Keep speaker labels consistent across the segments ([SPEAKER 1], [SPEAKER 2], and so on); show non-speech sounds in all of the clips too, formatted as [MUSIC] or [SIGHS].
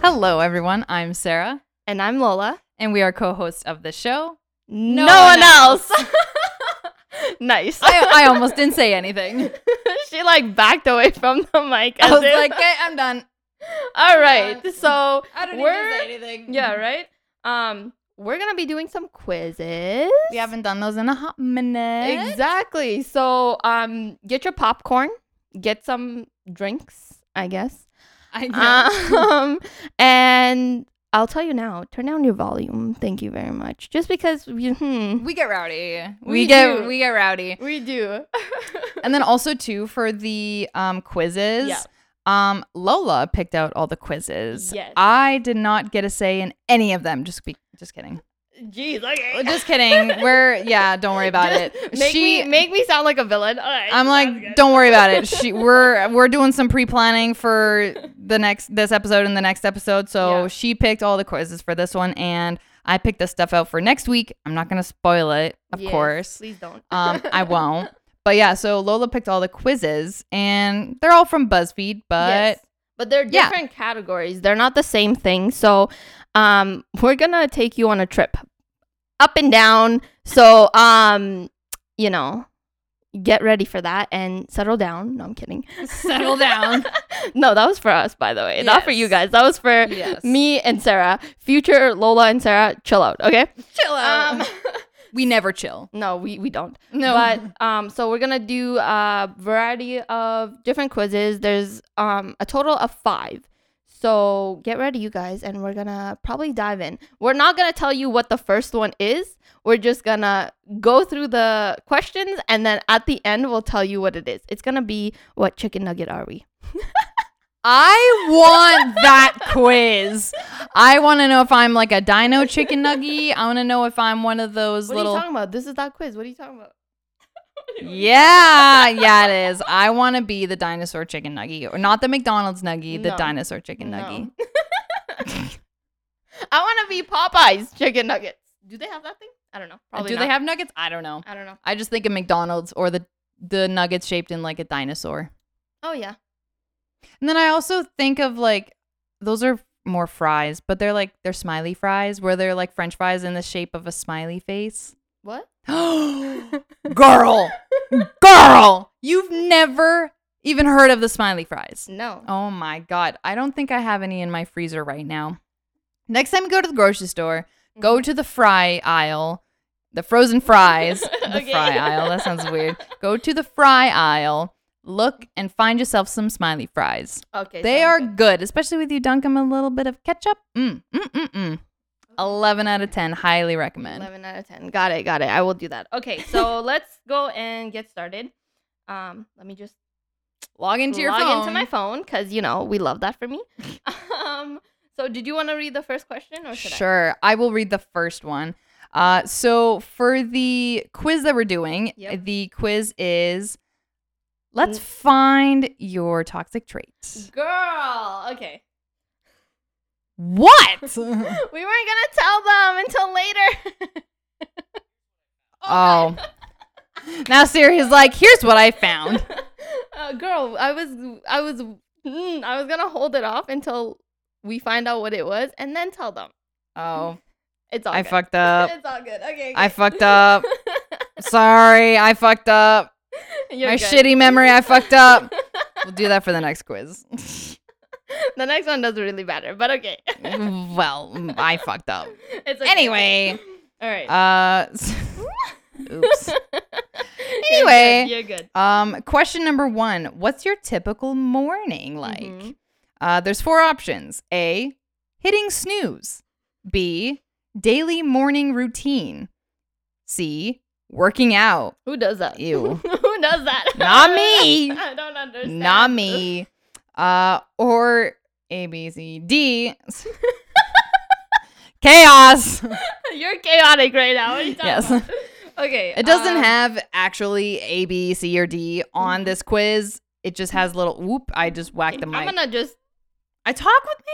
[SPEAKER 1] Hello, everyone. I'm Sarah,
[SPEAKER 2] And I'm Lola.
[SPEAKER 1] and we are co hosts of the show.
[SPEAKER 2] No,
[SPEAKER 1] one
[SPEAKER 2] one else. [LAUGHS] nice. [LAUGHS]
[SPEAKER 1] I, I almost didn't say [LAUGHS] anything.
[SPEAKER 2] she like backed away from the mic.
[SPEAKER 1] I
[SPEAKER 2] as
[SPEAKER 1] was
[SPEAKER 2] if-
[SPEAKER 1] like, okay, I'm done.
[SPEAKER 2] [LAUGHS] all right. So
[SPEAKER 1] I don't
[SPEAKER 2] We're-
[SPEAKER 1] need to say anything.
[SPEAKER 2] yeah, right. Um, we're gonna be doing some quizzes.
[SPEAKER 1] We haven't done those in a hot minute.
[SPEAKER 2] Exactly. So um, get your popcorn. Get some drinks. I guess.
[SPEAKER 1] I guess.
[SPEAKER 2] Um, and I'll tell you now. Turn down your volume. Thank you very much. Just because we, hmm,
[SPEAKER 1] [LAUGHS] we get rowdy. We,
[SPEAKER 2] We
[SPEAKER 1] get
[SPEAKER 2] do.
[SPEAKER 1] we get rowdy. [LAUGHS]
[SPEAKER 2] we do.
[SPEAKER 1] And then also too for the um quizzes.
[SPEAKER 2] Yeah.
[SPEAKER 1] Um, Lola picked out all the quizzes.
[SPEAKER 2] Yes.
[SPEAKER 1] I did not get a say in any of them. Just be, just [LAUGHS] kidding.
[SPEAKER 2] Jeez. Okay.
[SPEAKER 1] Just kidding. We're yeah. Don't worry about [LAUGHS]
[SPEAKER 2] Just
[SPEAKER 1] it.
[SPEAKER 2] [LAUGHS] Make me make me sound like a villain. All right,
[SPEAKER 1] I'm
[SPEAKER 2] sounds
[SPEAKER 1] like,
[SPEAKER 2] good.
[SPEAKER 1] don't worry about
[SPEAKER 2] [LAUGHS]
[SPEAKER 1] it. She, we're we're doing some pre planning for the next this episode and the next episode. So
[SPEAKER 2] Yeah.
[SPEAKER 1] she picked all the quizzes for this one, and I picked the stuff out for next week. I'm not gonna spoil it, of
[SPEAKER 2] Yes, [LAUGHS]
[SPEAKER 1] course.
[SPEAKER 2] Please don't.
[SPEAKER 1] Um, I won't. But yeah, so Lola picked all the quizzes, and they're all from BuzzFeed. But
[SPEAKER 2] Yes. [LAUGHS] but they're
[SPEAKER 1] yeah.
[SPEAKER 2] different categories. They're not the same thing. So, um, we're gonna take you on a trip, up and down. So, um, you know, get ready for that and settle down. No, I'm kidding. [LAUGHS]
[SPEAKER 1] settle down.
[SPEAKER 2] No, that was for us, by the way, not for
[SPEAKER 1] Yes.
[SPEAKER 2] you guys. That was for
[SPEAKER 1] yes,
[SPEAKER 2] me and Sarah, future Lola and Sarah. Chill out, okay?
[SPEAKER 1] chill
[SPEAKER 2] Um,
[SPEAKER 1] we never chill.
[SPEAKER 2] no, we we don't.
[SPEAKER 1] No,
[SPEAKER 2] But um, so we're gonna do a variety of different quizzes. There's um a total of five. So get ready, you guys, and we're gonna probably dive in. We're not gonna tell you what the first one is. We're just gonna go through the questions, and then at the end, we'll tell you what it is. It's gonna be what chicken nugget are we?
[SPEAKER 1] I want that
[SPEAKER 2] [LAUGHS]
[SPEAKER 1] quiz. I want to know if I'm like a dino chicken nuggie. I want to know if I'm one of those
[SPEAKER 2] What are you
[SPEAKER 1] little.
[SPEAKER 2] talking about? This is that quiz. What are you talking about?
[SPEAKER 1] Yeah, yeah, it is. I want to be the dinosaur chicken nuggie, or not the McDonald's nuggie, the
[SPEAKER 2] No.
[SPEAKER 1] dinosaur chicken
[SPEAKER 2] No.
[SPEAKER 1] nuggie.
[SPEAKER 2] [LAUGHS] I want to be Popeyes chicken nuggets. Do they have that thing? I don't know. Probably
[SPEAKER 1] Uh, Do they have nuggets? I don't know.
[SPEAKER 2] I don't know.
[SPEAKER 1] I just think of McDonald's or the the nuggets shaped in like a dinosaur.
[SPEAKER 2] Oh yeah.
[SPEAKER 1] And then I also think of like those are more fries, but they're like they're smiley fries where they're like French fries in the shape of a smiley face. [GASPS]
[SPEAKER 2] What? [LAUGHS]
[SPEAKER 1] girl, girl, you've never even heard of the smiley fries.
[SPEAKER 2] No.
[SPEAKER 1] Oh my God. I don't think I have any in my freezer right now. Next time you go to the grocery store, go
[SPEAKER 2] Mm-hmm.
[SPEAKER 1] to the fry aisle, the frozen
[SPEAKER 2] [LAUGHS]
[SPEAKER 1] fries, the
[SPEAKER 2] Okay.
[SPEAKER 1] fry aisle. That sounds
[SPEAKER 2] [LAUGHS]
[SPEAKER 1] weird. Go to the fry aisle, look and find yourself some smiley fries.
[SPEAKER 2] Okay.
[SPEAKER 1] Oh, They are
[SPEAKER 2] sounds
[SPEAKER 1] good. especially with you dunk them a little bit of ketchup. Mm, mm, mm, mm. 11 out of 10. Highly
[SPEAKER 2] good.
[SPEAKER 1] recommend.
[SPEAKER 2] 11 out of 10. Got it. Got it. I will do that. Okay.
[SPEAKER 1] [LAUGHS]
[SPEAKER 2] So let's go and get started. Um, let me just
[SPEAKER 1] Log into your
[SPEAKER 2] log
[SPEAKER 1] phone.
[SPEAKER 2] into my phone because, you know, we love that for
[SPEAKER 1] [LAUGHS]
[SPEAKER 2] me. um, so did you want to read the first question or Oh, should
[SPEAKER 1] Sure. I will read the first one. Uh, so for the quiz that we're doing,
[SPEAKER 2] Yep.
[SPEAKER 1] the quiz is let's
[SPEAKER 2] Mm.
[SPEAKER 1] find your toxic traits.
[SPEAKER 2] I? Girl. Okay. [LAUGHS]
[SPEAKER 1] What?
[SPEAKER 2] We weren't going to tell them until later. [LAUGHS]
[SPEAKER 1] oh. Now Siri's like, here's what I found.
[SPEAKER 2] uh, girl, I was, I was, mm, I was going to hold it off until we find out what it was and then tell them.
[SPEAKER 1] Oh,
[SPEAKER 2] It's all
[SPEAKER 1] I
[SPEAKER 2] good.
[SPEAKER 1] fucked
[SPEAKER 2] [LAUGHS]
[SPEAKER 1] up.
[SPEAKER 2] it's all good. Okay.
[SPEAKER 1] I
[SPEAKER 2] good.
[SPEAKER 1] fucked up. Sorry, I fucked up.
[SPEAKER 2] [LAUGHS] You're
[SPEAKER 1] My
[SPEAKER 2] good.
[SPEAKER 1] shitty memory, I
[SPEAKER 2] [LAUGHS]
[SPEAKER 1] fucked up. We'll do that for the next quiz.
[SPEAKER 2] the next one doesn't really matter, but okay. [LAUGHS]
[SPEAKER 1] well, I fucked up.
[SPEAKER 2] It's okay.
[SPEAKER 1] Anyway.
[SPEAKER 2] All right. [LAUGHS]
[SPEAKER 1] Uh, [LAUGHS] oops.
[SPEAKER 2] You're good,
[SPEAKER 1] anyway.
[SPEAKER 2] you're good.
[SPEAKER 1] Um, question number one What's your typical morning like?
[SPEAKER 2] Mhm.
[SPEAKER 1] Uh, there's four options A, hitting snooze, B, daily morning routine, C, working out.
[SPEAKER 2] Who does that?
[SPEAKER 1] Ew.
[SPEAKER 2] [LAUGHS] Who does that?
[SPEAKER 1] Not me.
[SPEAKER 2] [LAUGHS] I don't understand.
[SPEAKER 1] Not [LAUGHS] me. Uh, or A, B, C, D, [LAUGHS] chaos.
[SPEAKER 2] [LAUGHS] You're chaotic right now. What are you talking
[SPEAKER 1] Yes.
[SPEAKER 2] about? [LAUGHS] Okay.
[SPEAKER 1] It doesn't
[SPEAKER 2] um,
[SPEAKER 1] have actually A, B, C, or D on this quiz. It just has little whoop. I just whacked the mic.
[SPEAKER 2] I'm gonna just.
[SPEAKER 1] I talk with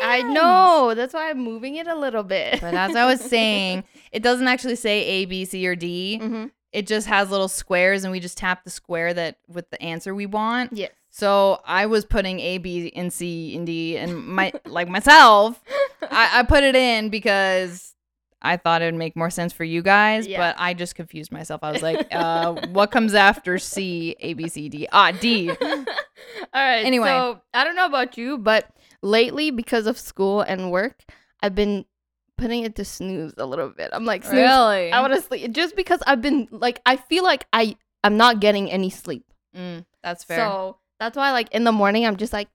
[SPEAKER 1] my
[SPEAKER 2] I
[SPEAKER 1] hands.
[SPEAKER 2] know. That's why I'm moving it a little bit.
[SPEAKER 1] But as I was
[SPEAKER 2] [LAUGHS]
[SPEAKER 1] saying, it doesn't actually say A, B, C, or D.
[SPEAKER 2] Mhm.
[SPEAKER 1] It just has little squares, and we just tap the square that with the answer we want. [LAUGHS]
[SPEAKER 2] Yes.
[SPEAKER 1] So I was putting A, B, and C, and D, and my like myself, I, I put it in because I thought it would make more sense for you guys,
[SPEAKER 2] Yeah.
[SPEAKER 1] but I just confused myself. I was like, uh, what comes after C, A, B, C, D? Ah, D.
[SPEAKER 2] All right.
[SPEAKER 1] Anyway.
[SPEAKER 2] so I don't know about you, but lately because of school and work, I've been putting it to snooze a little bit. I'm like, snooze.
[SPEAKER 1] Really?
[SPEAKER 2] I want to sleep just because I've been like, I feel like I I'm not getting any sleep.
[SPEAKER 1] Mm, that's [LAUGHS] fair.
[SPEAKER 2] So that's why, like in the morning, I'm just like,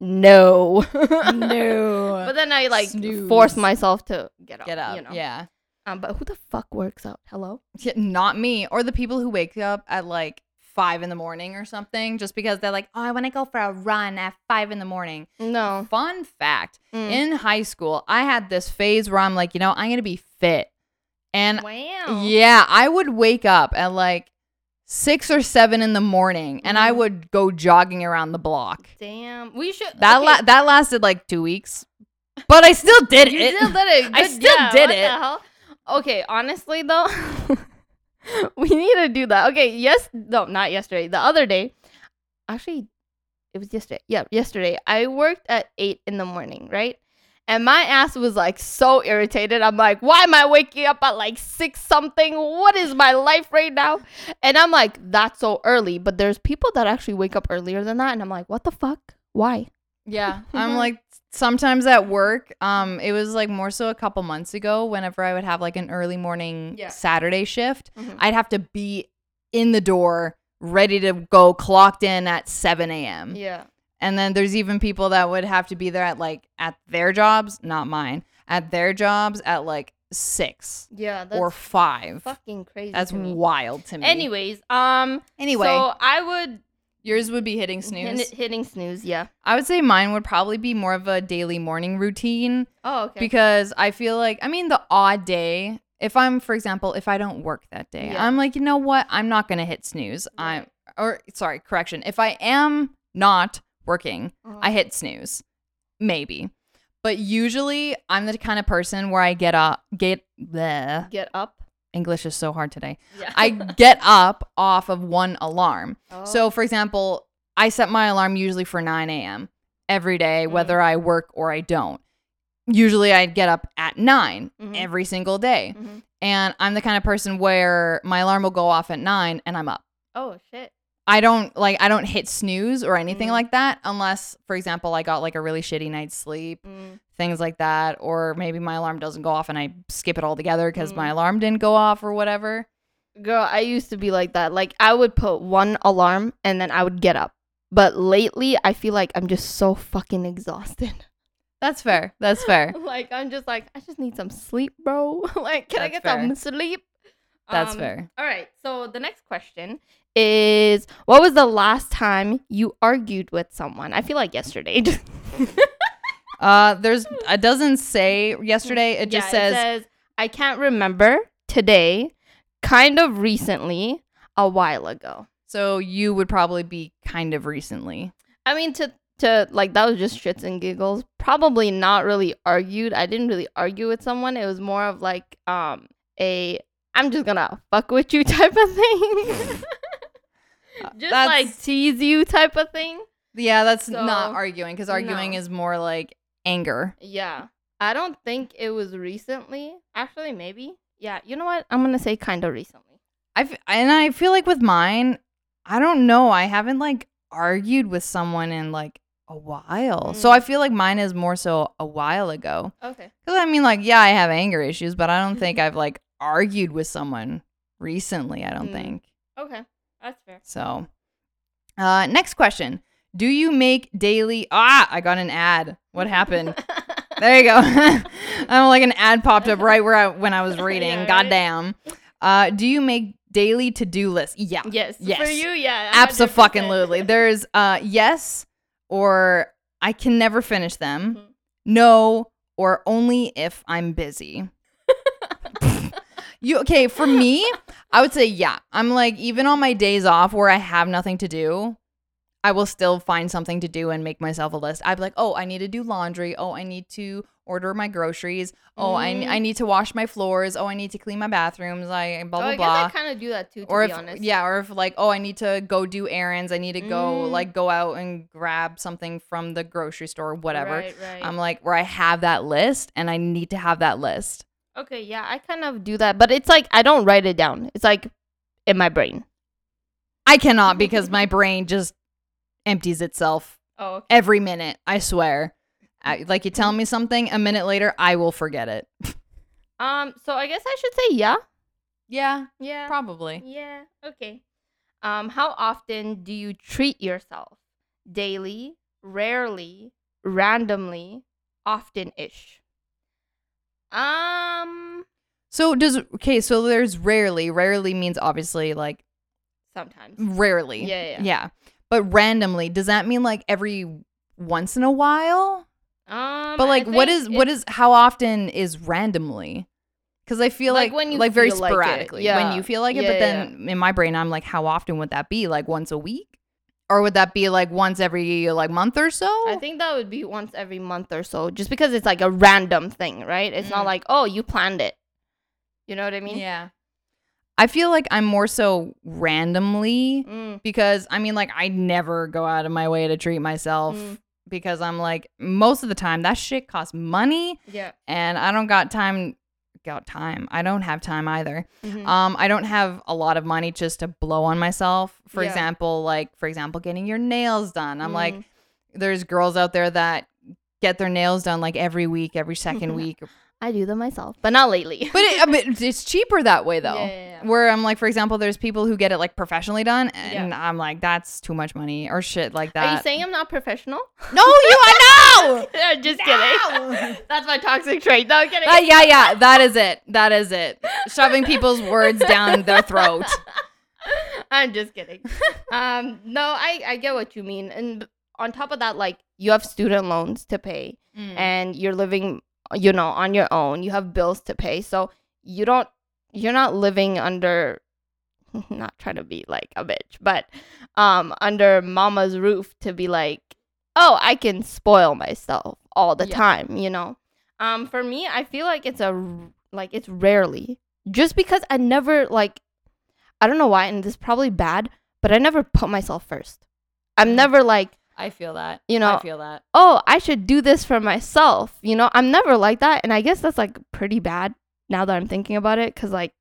[SPEAKER 2] no,
[SPEAKER 1] no.
[SPEAKER 2] [LAUGHS] But then I like
[SPEAKER 1] Snooze.
[SPEAKER 2] force myself to get up.
[SPEAKER 1] Get up.
[SPEAKER 2] You know?
[SPEAKER 1] Yeah.
[SPEAKER 2] Um, but who the fuck works out? Hello.
[SPEAKER 1] Yeah, Not me or the people who wake up at like five in the morning or something just because they're like, oh, I want to go for a run at five in the morning.
[SPEAKER 2] No.
[SPEAKER 1] Fun fact
[SPEAKER 2] Oh. Mm.
[SPEAKER 1] in high school, I had this phase where I'm like, you know, I'm going to be fit. And
[SPEAKER 2] wow.
[SPEAKER 1] Yeah, I would wake up at like six or seven in the morning, and I
[SPEAKER 2] Mhm.
[SPEAKER 1] would go jogging around the block.
[SPEAKER 2] Damn. We should.
[SPEAKER 1] That
[SPEAKER 2] okay,
[SPEAKER 1] la- that lasted like two weeks, but I still did
[SPEAKER 2] you
[SPEAKER 1] it.
[SPEAKER 2] still did it.
[SPEAKER 1] I
[SPEAKER 2] Good-
[SPEAKER 1] still
[SPEAKER 2] yeah,
[SPEAKER 1] did
[SPEAKER 2] what
[SPEAKER 1] it.
[SPEAKER 2] The hell? Okay. Honestly, though, [LAUGHS] we need to do that. Okay. Yes. No, not yesterday. The other day, actually, it was yesterday. Yeah, yesterday. I worked at eight in the morning. Right. And my ass was like so irritated. I'm like, why am I waking up at like six something? What is my life right now? And I'm like, that's so early. But there's people that actually wake up earlier than that. And I'm like, what the fuck? Why?
[SPEAKER 1] Yeah,
[SPEAKER 2] Mm-hmm.
[SPEAKER 1] I'm like sometimes at work. Um, it was like more so a couple months ago. Whenever I would have like an early morning
[SPEAKER 2] Yeah.
[SPEAKER 1] Saturday shift,
[SPEAKER 2] Mhm.
[SPEAKER 1] I'd have to be in the door ready to go, clocked in at seven a.m.
[SPEAKER 2] Yeah.
[SPEAKER 1] And then there's even people that would have to be there at like at their jobs, not mine, at their jobs at like six
[SPEAKER 2] Yeah.
[SPEAKER 1] or five.
[SPEAKER 2] fucking crazy.
[SPEAKER 1] That's
[SPEAKER 2] to me.
[SPEAKER 1] wild to me.
[SPEAKER 2] Anyways, um,
[SPEAKER 1] anyway,
[SPEAKER 2] so I would
[SPEAKER 1] yours would be
[SPEAKER 2] [LAUGHS]
[SPEAKER 1] hitting snooze.
[SPEAKER 2] hit- hitting snooze. Yeah.
[SPEAKER 1] I would say mine would probably be more of a daily morning routine
[SPEAKER 2] Oh, okay.
[SPEAKER 1] because I feel like I mean the odd day. If I'm, for example, if I don't work that day,
[SPEAKER 2] Yeah.
[SPEAKER 1] I'm like, you know what? I'm not gonna hit snooze. I'm or sorry, correction. If I am not working,
[SPEAKER 2] Uh-huh.
[SPEAKER 1] I hit snooze, maybe. But usually, I'm the kind of person where I get up, get the
[SPEAKER 2] get up.
[SPEAKER 1] English is so hard today.
[SPEAKER 2] Yeah. [LAUGHS]
[SPEAKER 1] I get up off of one alarm.
[SPEAKER 2] Oh.
[SPEAKER 1] So, for example, I set my alarm usually for 9 a.m. every day,
[SPEAKER 2] Mhm.
[SPEAKER 1] whether I work or I don't. Usually, I'd get up at 9
[SPEAKER 2] Mhm.
[SPEAKER 1] every single day.
[SPEAKER 2] Mhm.
[SPEAKER 1] And I'm the kind of person where my alarm will go off at 9 and I'm up.
[SPEAKER 2] Oh shit.
[SPEAKER 1] I don't like I don't hit snooze or anything
[SPEAKER 2] Mhm.
[SPEAKER 1] like that unless for example I got like a really shitty night's sleep
[SPEAKER 2] Mm.
[SPEAKER 1] things like that or maybe my alarm doesn't go off and I skip it all together cuz
[SPEAKER 2] Mm.
[SPEAKER 1] my alarm didn't go off or whatever.
[SPEAKER 2] Girl, I used to be like that. Like I would put one alarm and then I would get up. But lately, I feel like I'm just so fucking exhausted.
[SPEAKER 1] That's fair. That's fair.
[SPEAKER 2] [LAUGHS] like I'm just like I just need some sleep, bro. [LAUGHS] like can I
[SPEAKER 1] That's
[SPEAKER 2] get
[SPEAKER 1] fair.
[SPEAKER 2] some sleep?
[SPEAKER 1] That's
[SPEAKER 2] Um,
[SPEAKER 1] fair.
[SPEAKER 2] All right. So the next question is what was the last time you argued with someone? I feel like yesterday. [LAUGHS] Just-
[SPEAKER 1] Uh there's it doesn't say yesterday it just
[SPEAKER 2] Yeah,
[SPEAKER 1] says
[SPEAKER 2] I can't remember today, kind of recently, a while ago.
[SPEAKER 1] so you would probably be kind of recently.
[SPEAKER 2] I mean to to like that was just shits and giggles. Probably not really argued. I didn't really argue with someone. It was more of like um a I'm just gonna fuck with you [LAUGHS] type of thing. [LAUGHS] just
[SPEAKER 1] That's-
[SPEAKER 2] like tease you type of thing.
[SPEAKER 1] Yeah, that's
[SPEAKER 2] So,
[SPEAKER 1] not arguing cuz arguing
[SPEAKER 2] no.
[SPEAKER 1] is more like anger.
[SPEAKER 2] Yeah. I don't think it was recently. Actually, maybe. Yeah. You know what? I'm going to say kind of recently.
[SPEAKER 1] I f- and I feel like with mine, I don't know. I haven't like argued with someone in like a while, so
[SPEAKER 2] Mm.
[SPEAKER 1] I feel like mine is more so a while ago.
[SPEAKER 2] Okay.
[SPEAKER 1] Because I mean, like, yeah, I have anger issues, but I don't
[SPEAKER 2] [LAUGHS]
[SPEAKER 1] think I've like argued with someone recently. I don't
[SPEAKER 2] Mm.
[SPEAKER 1] think
[SPEAKER 2] Okay. That's fair.
[SPEAKER 1] so. Uh, next question: Do you make daily? Ah, I got an ad. What
[SPEAKER 2] [LAUGHS]
[SPEAKER 1] happened? There you go. [LAUGHS] I'm like an ad popped up right where I when I was reading.
[SPEAKER 2] [LAUGHS] Yeah, right?
[SPEAKER 1] Goddamn. Uh, do you make daily to do lists? Yeah,
[SPEAKER 2] yes. For
[SPEAKER 1] Yes.
[SPEAKER 2] you, yeah.
[SPEAKER 1] fucking
[SPEAKER 2] 100%.
[SPEAKER 1] Absolutely. There's uh yes or I can never finish them.
[SPEAKER 2] Mhm.
[SPEAKER 1] No or only if I'm
[SPEAKER 2] [LAUGHS]
[SPEAKER 1] busy. you okay, for me, I would say yeah. I'm like even on my days off where I have nothing to do, I will still find something to do and make myself a list. I'd be like, oh, I need to do laundry. Oh, I need to order my groceries. Oh,
[SPEAKER 2] Mm.
[SPEAKER 1] I, I need to wash my floors. Oh, I need to clean my bathrooms. I blah
[SPEAKER 2] Oh,
[SPEAKER 1] blah
[SPEAKER 2] I guess
[SPEAKER 1] blah.
[SPEAKER 2] I kind of do that too, to
[SPEAKER 1] or
[SPEAKER 2] be
[SPEAKER 1] if
[SPEAKER 2] honest.
[SPEAKER 1] yeah, or if like oh, I need to go do errands. I need to go
[SPEAKER 2] Mm.
[SPEAKER 1] like go out and grab something from the grocery store, whatever.
[SPEAKER 2] Right, right.
[SPEAKER 1] I'm like where I have that list and I need to have that list.
[SPEAKER 2] okay, yeah, I kind of do that, but it's like I don't write it down. It's like in my brain.
[SPEAKER 1] I cannot because
[SPEAKER 2] [LAUGHS]
[SPEAKER 1] my brain just empties itself
[SPEAKER 2] Oh, okay.
[SPEAKER 1] every minute. I swear. I, like you tell me something, a minute later I will forget it.
[SPEAKER 2] Um, so I guess I should say yeah.
[SPEAKER 1] Yeah,
[SPEAKER 2] Yeah.
[SPEAKER 1] probably.
[SPEAKER 2] Yeah. Okay. Um, how often do you treat yourself? Daily, rarely, randomly, often-ish. Um,
[SPEAKER 1] So does okay, so there's rarely. Rarely means obviously like
[SPEAKER 2] sometimes.
[SPEAKER 1] Mm. rarely.
[SPEAKER 2] Yeah, yeah.
[SPEAKER 1] Yeah. But randomly, does that mean like every once in a while?
[SPEAKER 2] Um,
[SPEAKER 1] But
[SPEAKER 2] I
[SPEAKER 1] like what
[SPEAKER 2] think
[SPEAKER 1] is what
[SPEAKER 2] it-
[SPEAKER 1] is how often is randomly? Cuz I feel
[SPEAKER 2] Like
[SPEAKER 1] like,
[SPEAKER 2] when you
[SPEAKER 1] like very
[SPEAKER 2] feel like it.
[SPEAKER 1] sporadically
[SPEAKER 2] Yeah.
[SPEAKER 1] when you feel like it
[SPEAKER 2] Yeah,
[SPEAKER 1] but then in my brain I'm like how often would that be? Like once a week? Or would that be like once every like month or so?
[SPEAKER 2] I think that would be once every month or so, just because it's like a random thing, right? It's not
[SPEAKER 1] Mm.
[SPEAKER 2] like oh you planned it. You know what I mean?
[SPEAKER 1] Yeah. I feel like I'm more so randomly
[SPEAKER 2] Mm.
[SPEAKER 1] because I mean, like, I never go out of my way to treat myself
[SPEAKER 2] Mm.
[SPEAKER 1] because I'm like, most of the time, that shit costs money
[SPEAKER 2] Yeah.
[SPEAKER 1] and I don't got time. Got time. I don't have time either.
[SPEAKER 2] Mhm.
[SPEAKER 1] Um, I don't have a lot of money just to blow on myself. For
[SPEAKER 2] Yeah.
[SPEAKER 1] example, like, for example, getting your nails done. I'm like,
[SPEAKER 2] Mm.
[SPEAKER 1] there's girls out there that get their nails done like every week, every
[SPEAKER 2] [LAUGHS]
[SPEAKER 1] second week.
[SPEAKER 2] I do them myself, but not lately.
[SPEAKER 1] But it, I mean, it's cheaper that way [LAUGHS] though.
[SPEAKER 2] Yeah, yeah, yeah.
[SPEAKER 1] Where I'm like, for example, there's people who get it like professionally done, and I'm like, that's too much money or shit like that.
[SPEAKER 2] Are you saying I'm not professional?
[SPEAKER 1] [LAUGHS] no, you are
[SPEAKER 2] [LAUGHS]
[SPEAKER 1] no.
[SPEAKER 2] I'm just
[SPEAKER 1] No!
[SPEAKER 2] kidding. [LAUGHS] That's my toxic trait. No, I'm kidding.
[SPEAKER 1] Uh, yeah, yeah, that is it. That is it. Shoving people's words down their
[SPEAKER 2] [LAUGHS]
[SPEAKER 1] throat.
[SPEAKER 2] [LAUGHS] I'm just kidding. um, no, I, I get what you mean. And on top of that, like you have student loans to pay
[SPEAKER 1] Mm.
[SPEAKER 2] and you're living, you know, on your own. You have bills to pay. So you don't, you're not living under, [LAUGHS] not trying to be like a bitch, but um, under mama's roof to be like, oh, I can spoil myself all the
[SPEAKER 1] Yeah.
[SPEAKER 2] time, you know? Um, for me, I feel like it's a, r- like it's rarely just because I never like I don't know why, and this is probably bad, but I never put myself first. I'm never like,
[SPEAKER 1] I feel that.
[SPEAKER 2] You know-
[SPEAKER 1] I feel that.
[SPEAKER 2] oh, I should do this for myself. You know, I'm never like that. And I guess that's like pretty bad now that I'm thinking about it because like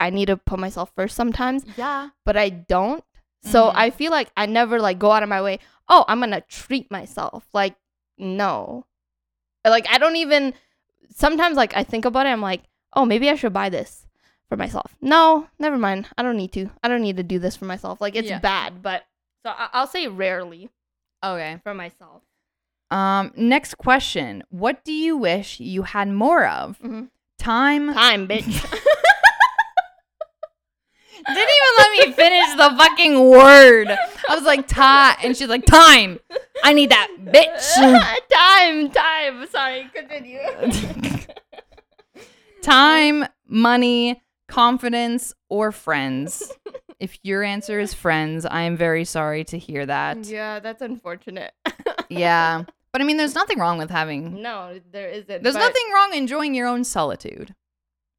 [SPEAKER 2] I need to put myself first sometimes,
[SPEAKER 1] Yeah.
[SPEAKER 2] but I don't. So
[SPEAKER 1] Mhm.
[SPEAKER 2] I feel like I never like go out of my way, oh, I'm going to treat myself. Like, no. Like, I don't even sometimes like I think about it, I'm like, oh, maybe I should buy this for myself. No, never mind. I don't need to. I don't need to do this for myself. Like it's
[SPEAKER 1] Yeah.
[SPEAKER 2] bad, but so I- I'll say rarely
[SPEAKER 1] Okay.
[SPEAKER 2] for myself.
[SPEAKER 1] Um. Next question. What do you wish you had more of?
[SPEAKER 2] Mhm.
[SPEAKER 1] Time.
[SPEAKER 2] Time, bitch.
[SPEAKER 1] Didn't even let me finish the fucking word. I was like, "Ta," and she's like, "Time." I need that, bitch.
[SPEAKER 2] [LAUGHS] time, time. Sorry, continue.
[SPEAKER 1] Time, money, confidence, or
[SPEAKER 2] [LAUGHS]
[SPEAKER 1] friends. If your answer is friends, I am very sorry to hear that. Yeah.
[SPEAKER 2] [LAUGHS] yeah, that's unfortunate.
[SPEAKER 1] But I mean, there's nothing wrong with having.
[SPEAKER 2] [LAUGHS] no, there isn't.
[SPEAKER 1] There's
[SPEAKER 2] but-
[SPEAKER 1] nothing wrong enjoying your own solitude.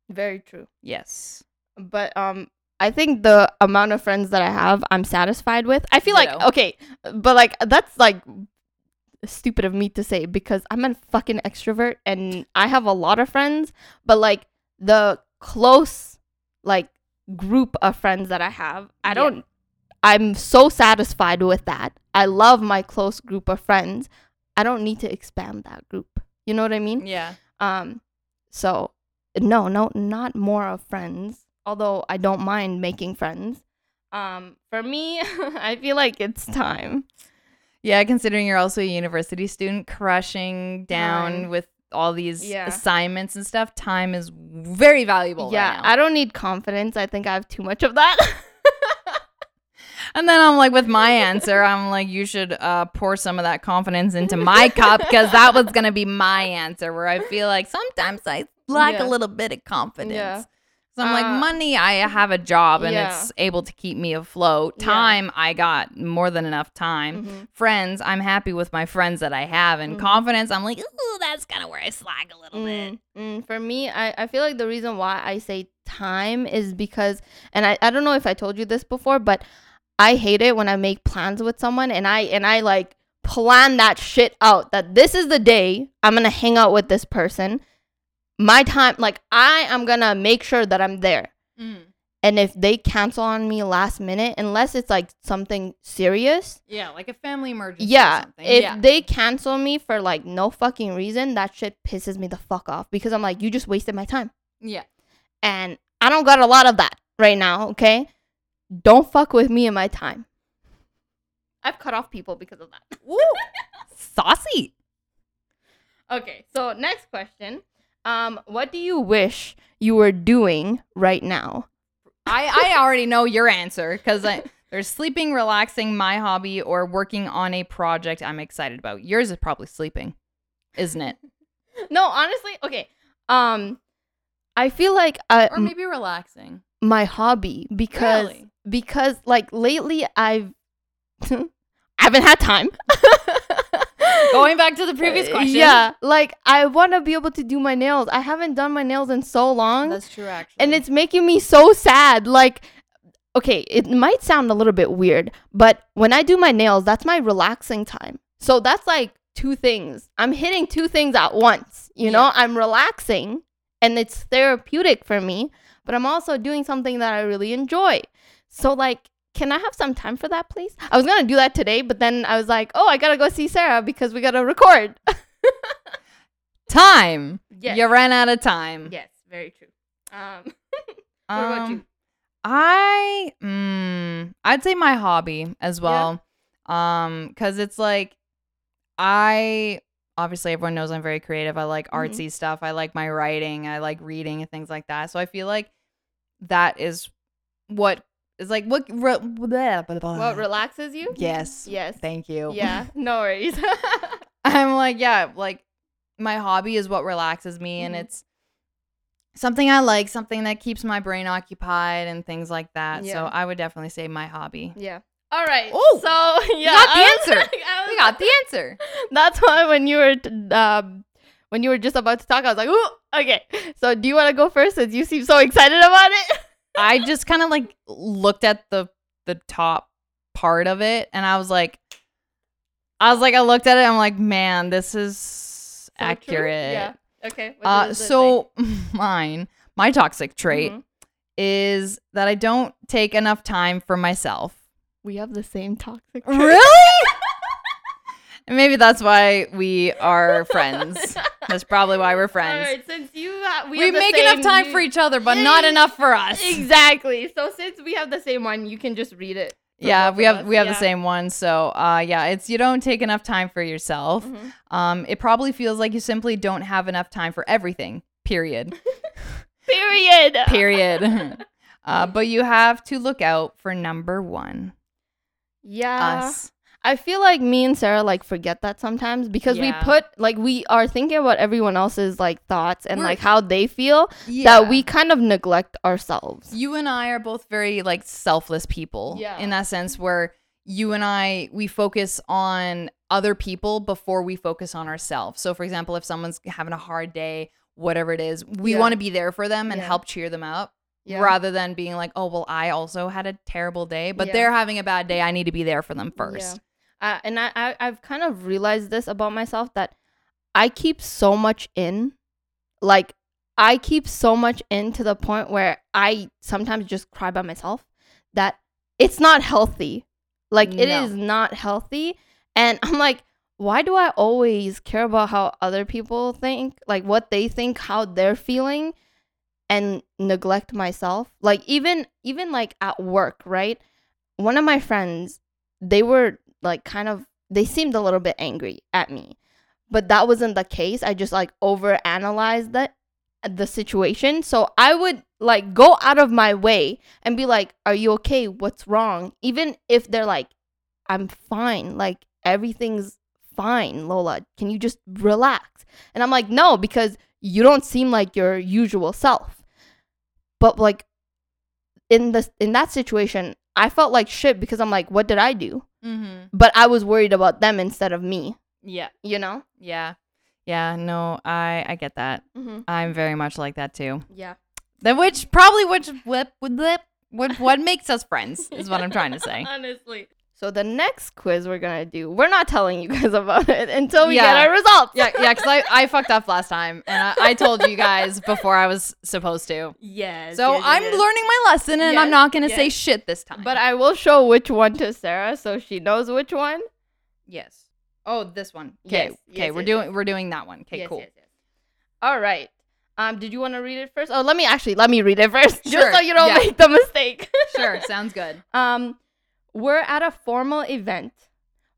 [SPEAKER 2] Very true.
[SPEAKER 1] Yes.
[SPEAKER 2] but um I think the amount of friends that I have, I'm satisfied with. I feel like
[SPEAKER 1] Ditto.
[SPEAKER 2] okay, but like that's like stupid of me to say because I'm a fucking extrovert and I have a lot of friends, but like the close like group of friends that I have, I
[SPEAKER 1] Yeah.
[SPEAKER 2] don't I'm so satisfied with that. I love my close group of friends. I don't need to expand that group. You know what I mean?
[SPEAKER 1] Yeah.
[SPEAKER 2] Um, so no, no, not more of friends. Although I don't mind making friends. Um, for me, [LAUGHS] I feel like it's time.
[SPEAKER 1] Yeah. Considering you're also a university student, crushing down
[SPEAKER 2] Time.
[SPEAKER 1] with all these
[SPEAKER 2] Yeah.
[SPEAKER 1] assignments and stuff, time is very valuable. right
[SPEAKER 2] yeah,
[SPEAKER 1] now.
[SPEAKER 2] I don't need confidence. I think I have too much of that. [LAUGHS]
[SPEAKER 1] And then I'm like, with my answer, I'm like, you should uh, pour some of that confidence into my cup because that was going to be my answer where I feel like sometimes I lack
[SPEAKER 2] Yeah.
[SPEAKER 1] a little bit of confidence.
[SPEAKER 2] Yeah.
[SPEAKER 1] So I'm
[SPEAKER 2] Uh,
[SPEAKER 1] like, money, I have a job and
[SPEAKER 2] yeah.
[SPEAKER 1] it's able to keep me afloat.
[SPEAKER 2] Yeah.
[SPEAKER 1] Time, I got more than enough time.
[SPEAKER 2] Mhm.
[SPEAKER 1] Friends, I'm happy with my friends that I have. And
[SPEAKER 2] Mhm.
[SPEAKER 1] confidence, I'm like, ooh, that's kind of where I slack a little bit.
[SPEAKER 2] Mm, mm, for me, I, I feel like the reason why I say time is because, and I, I don't know if I told you this before, but I hate it when I make plans with someone and I and I like plan that shit out that this is the day I'm gonna hang out with this person. My time, like I am gonna make sure that I'm there.
[SPEAKER 1] Mm.
[SPEAKER 2] And if they cancel on me last minute, unless it's like something serious,
[SPEAKER 1] Yeah, like a family emergency.
[SPEAKER 2] yeah. If
[SPEAKER 1] yeah.
[SPEAKER 2] they cancel me for like no fucking reason, that shit pisses me the fuck off because I'm like, you just wasted my time.
[SPEAKER 1] yeah.
[SPEAKER 2] And I don't got a lot of that right now, okay? Don't fuck with me and my time. I've cut off people because of that.
[SPEAKER 1] Ooh, saucy.
[SPEAKER 2] [LAUGHS] Okay, so next question. Um, what do you wish you were doing right now?
[SPEAKER 1] I, I already know your answer because there's sleeping, relaxing, my hobby, or working on a project I'm excited about. Yours is probably sleeping, isn't it?
[SPEAKER 2] No, honestly, okay. Um, I feel like I,
[SPEAKER 1] Or maybe relaxing.
[SPEAKER 2] my hobby because
[SPEAKER 1] Really?
[SPEAKER 2] because like lately I've [LAUGHS] I haven't had time.
[SPEAKER 1] Going back to the previous
[SPEAKER 2] [LAUGHS] Uh,
[SPEAKER 1] question.
[SPEAKER 2] Yeah, like I want to be able to do my nails. I haven't done my nails in so long,
[SPEAKER 1] true, actually.
[SPEAKER 2] and it's making me so sad. Like, okay, it might sound a little bit weird, but when I do my nails, that's my relaxing time. So that's like two things. I'm hitting two things at once. You know, I'm relaxing, and it's therapeutic for me, but I'm also doing something that I really enjoy. So like. Can I have some time for that, please? I was gonna do that today, but then I was like, "Oh, I gotta go see Sarah because we gotta record."
[SPEAKER 1] time.
[SPEAKER 2] [LAUGHS] Yes.
[SPEAKER 1] You ran out of time.
[SPEAKER 2] Yes, very true. Um, [LAUGHS]
[SPEAKER 1] Um,
[SPEAKER 2] about you?
[SPEAKER 1] I mm, I'd say my hobby as well. Um, cuz it's like I obviously everyone knows I'm very creative. I like
[SPEAKER 2] Mhm.
[SPEAKER 1] artsy stuff. I like my writing. I like reading and things like that. So I feel like that is what is like what re- blah, blah, blah.
[SPEAKER 2] what relaxes you?
[SPEAKER 1] Yes.
[SPEAKER 2] Yes.
[SPEAKER 1] Thank you.
[SPEAKER 2] Yeah. No worries. [LAUGHS]
[SPEAKER 1] I'm like, yeah, like my hobby is what relaxes me and
[SPEAKER 2] Mhm.
[SPEAKER 1] it's something I like, something that keeps my brain occupied and things like that.
[SPEAKER 2] Yeah.
[SPEAKER 1] So I would definitely say my hobby.
[SPEAKER 2] yeah. All right.
[SPEAKER 1] Oh,
[SPEAKER 2] so [LAUGHS] yeah,
[SPEAKER 1] got the
[SPEAKER 2] I was
[SPEAKER 1] answer.
[SPEAKER 2] like- I
[SPEAKER 1] We
[SPEAKER 2] was
[SPEAKER 1] got the
[SPEAKER 2] like-
[SPEAKER 1] answer.
[SPEAKER 2] That's why when you were t- um, when you were just about to talk, I was like, "Ooh, okay." So do you want to go first? Since you seem so excited about it.
[SPEAKER 1] I just kind of like looked at the the top part of it and I was like I was like I looked at it I'm like, man, this is
[SPEAKER 2] So true.
[SPEAKER 1] [LAUGHS] accurate.
[SPEAKER 2] Yeah. Okay. what
[SPEAKER 1] Uh
[SPEAKER 2] does it
[SPEAKER 1] so [LAUGHS] mine, my toxic
[SPEAKER 2] say?
[SPEAKER 1] trait
[SPEAKER 2] Mhm.
[SPEAKER 1] is that I don't take enough time for myself.
[SPEAKER 2] we have the same toxic. trait. [LAUGHS]
[SPEAKER 1] Really? [LAUGHS] Maybe that's why we are
[SPEAKER 2] [LAUGHS]
[SPEAKER 1] friends. That's probably why we're
[SPEAKER 2] All
[SPEAKER 1] friends.
[SPEAKER 2] right. Since you have, we,
[SPEAKER 1] We,
[SPEAKER 2] have the
[SPEAKER 1] make
[SPEAKER 2] same
[SPEAKER 1] enough time
[SPEAKER 2] you-
[SPEAKER 1] for
[SPEAKER 2] [LAUGHS]
[SPEAKER 1] each other, but
[SPEAKER 2] Yeah,
[SPEAKER 1] not
[SPEAKER 2] yeah,
[SPEAKER 1] enough for us.
[SPEAKER 2] Exactly. So since we have the same one, you can just read it. for
[SPEAKER 1] Yeah,
[SPEAKER 2] both
[SPEAKER 1] we
[SPEAKER 2] of
[SPEAKER 1] have
[SPEAKER 2] us,
[SPEAKER 1] we have
[SPEAKER 2] yeah.
[SPEAKER 1] the same one. So, uh, yeah, it's you don't take enough time for yourself.
[SPEAKER 2] Mhm.
[SPEAKER 1] Um, it probably feels like you simply don't have enough time for everything.
[SPEAKER 2] [LAUGHS]
[SPEAKER 1] Period.
[SPEAKER 2] Period.
[SPEAKER 1] Period.
[SPEAKER 2] [LAUGHS]
[SPEAKER 1] [LAUGHS] uh, but you have to look out for number one,
[SPEAKER 2] yeah.
[SPEAKER 1] us.
[SPEAKER 2] I feel like me and Sarah like forget that sometimes because
[SPEAKER 1] Yeah.
[SPEAKER 2] we put like we are thinking about everyone else's like thoughts and
[SPEAKER 1] We're-
[SPEAKER 2] like how they feel that we kind of neglect ourselves.
[SPEAKER 1] you and I are both very like selfless people
[SPEAKER 2] Yeah.
[SPEAKER 1] in that sense where you and I we focus on other people before we focus on ourselves. So for example, if someone's having a hard day, whatever it is, we
[SPEAKER 2] Yeah.
[SPEAKER 1] want to be there for them and
[SPEAKER 2] Yeah.
[SPEAKER 1] help cheer them up
[SPEAKER 2] Yeah.
[SPEAKER 1] rather than being like, "Oh, well I also had a terrible day, but
[SPEAKER 2] Yeah.
[SPEAKER 1] they're having a bad day. I need to be there for them first.
[SPEAKER 2] Uh, and I, I I've kind of realized this about myself that I keep so much in, like I keep so much in to the point where I sometimes just cry by myself. That it's not healthy. Like it
[SPEAKER 1] No.
[SPEAKER 2] is not healthy, and [LAUGHS] I'm like, why do I always care about how other people think, like what they think, how they're feeling? and neglect myself like even even like at work right one of my friends they were like kind of they seemed a little bit angry at me but that wasn't the case i just like overanalyzed the the situation so i would like go out of my way and be like are you okay what's wrong even if they're like i'm fine like everything's fine lola can you just relax and i'm like no because you don't seem like your usual self But like in this in that situation, I felt like shit because I'm like, what did I do?
[SPEAKER 1] Mm-hmm.
[SPEAKER 2] But I was worried about them instead of me.
[SPEAKER 1] Yeah.
[SPEAKER 2] You know?
[SPEAKER 1] Yeah. Yeah. No, I I get that.
[SPEAKER 2] Mm-hmm.
[SPEAKER 1] I'm very much like that too.
[SPEAKER 2] [LAUGHS] Yeah.
[SPEAKER 1] That which probably which whip would lip what what makes us friends is what I'm trying to say.
[SPEAKER 2] [LAUGHS] Honestly. So the next quiz we're gonna do, we're not telling you guys [LAUGHS] about it until we
[SPEAKER 1] Yeah.
[SPEAKER 2] get our results.
[SPEAKER 1] Yeah, yeah, because I, I fucked up last time and I, I told you guys before I was supposed to.
[SPEAKER 2] Yes.
[SPEAKER 1] So I'm learning my lesson and I'm
[SPEAKER 2] Yes,
[SPEAKER 1] not gonna say
[SPEAKER 2] yes.
[SPEAKER 1] shit this time.
[SPEAKER 2] But I will show which one to Sarah so she knows which one.
[SPEAKER 1] yes. Oh, this one. Okay.
[SPEAKER 2] Yes,
[SPEAKER 1] okay,
[SPEAKER 2] yes,
[SPEAKER 1] we're
[SPEAKER 2] yes,
[SPEAKER 1] doing
[SPEAKER 2] yes.
[SPEAKER 1] we're doing that one. Okay,
[SPEAKER 2] Yes,
[SPEAKER 1] cool.
[SPEAKER 2] yes, yes. All right. Um, did you want to read it first? Oh, let me actually let me read it [LAUGHS] first,
[SPEAKER 1] Sure,
[SPEAKER 2] just so you don't
[SPEAKER 1] yeah.
[SPEAKER 2] make the mistake. [LAUGHS]
[SPEAKER 1] [LAUGHS] Sure, sounds good.
[SPEAKER 2] um, we're at a formal event.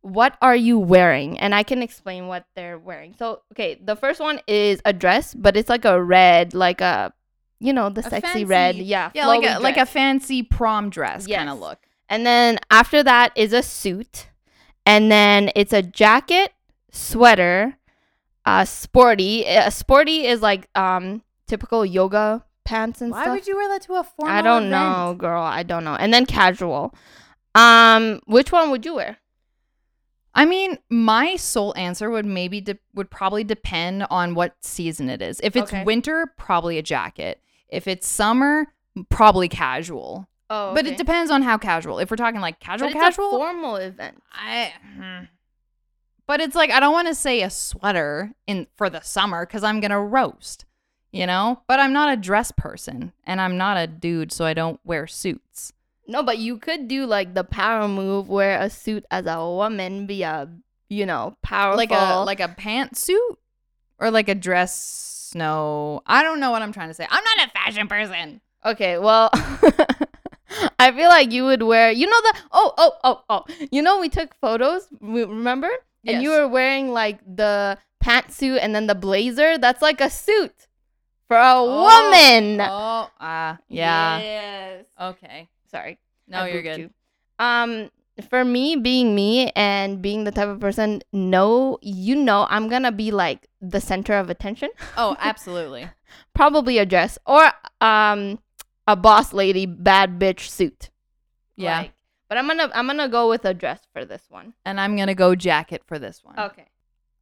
[SPEAKER 2] What are you wearing? And I can explain what they're wearing. So, okay, the first one is a dress, but it's like a red, like a, you know, the
[SPEAKER 1] A
[SPEAKER 2] sexy
[SPEAKER 1] fancy-
[SPEAKER 2] red, yeah,
[SPEAKER 1] Yeah, like a
[SPEAKER 2] flowy
[SPEAKER 1] like a
[SPEAKER 2] dress.
[SPEAKER 1] fancy prom dress
[SPEAKER 2] Yes.
[SPEAKER 1] kind of look.
[SPEAKER 2] And then after that is a suit. And then it's a jacket, sweater, uh sporty. A sporty is like um typical yoga pants and stuff.
[SPEAKER 1] you wear that to a formal?
[SPEAKER 2] I don't know, girl. I don't know. And then casual. Um which one would you wear?
[SPEAKER 1] I mean, my sole answer would maybe de- would probably depend on what season it is. If it's
[SPEAKER 2] Okay.
[SPEAKER 1] winter, probably a jacket. If it's summer, probably casual.
[SPEAKER 2] Oh.
[SPEAKER 1] But it depends on how casual. If we're talking like
[SPEAKER 2] But
[SPEAKER 1] casual,
[SPEAKER 2] it's a
[SPEAKER 1] casual,
[SPEAKER 2] formal event.
[SPEAKER 1] I. hmm. But it's like I don't want to say a sweater in for the summer because I'm gonna roast, you know. But I'm not a dress person, and I'm not a dude, so I don't wear suits.
[SPEAKER 2] No, but you could do like the power move wear a suit as a woman, be a you know, powerful
[SPEAKER 1] like a like a pantsuit or like a dress no i don't know what i'm trying to say i'm not a fashion person
[SPEAKER 2] Okay, well, [LAUGHS] I feel like you would wear, you know, the oh, oh, oh, oh, you know, we took photos, we- remember? And you
[SPEAKER 1] Yes.
[SPEAKER 2] were wearing like the pantsuit and then the blazer. That's like a suit for a
[SPEAKER 1] Oh,
[SPEAKER 2] woman.
[SPEAKER 1] oh uh yeah
[SPEAKER 2] Yes.
[SPEAKER 1] okay
[SPEAKER 2] Sorry.
[SPEAKER 1] no
[SPEAKER 2] I
[SPEAKER 1] you're
[SPEAKER 2] booped
[SPEAKER 1] good
[SPEAKER 2] you. Um, for me, being me and being the type of person, no, you know, I'm gonna be like the center of attention. [LAUGHS]
[SPEAKER 1] oh absolutely
[SPEAKER 2] Probably a dress or um a boss lady bad bitch suit.
[SPEAKER 1] yeah
[SPEAKER 2] Like, but I'm gonna I'm gonna go with a dress for this one.
[SPEAKER 1] and i'm gonna go jacket for this one
[SPEAKER 2] Okay.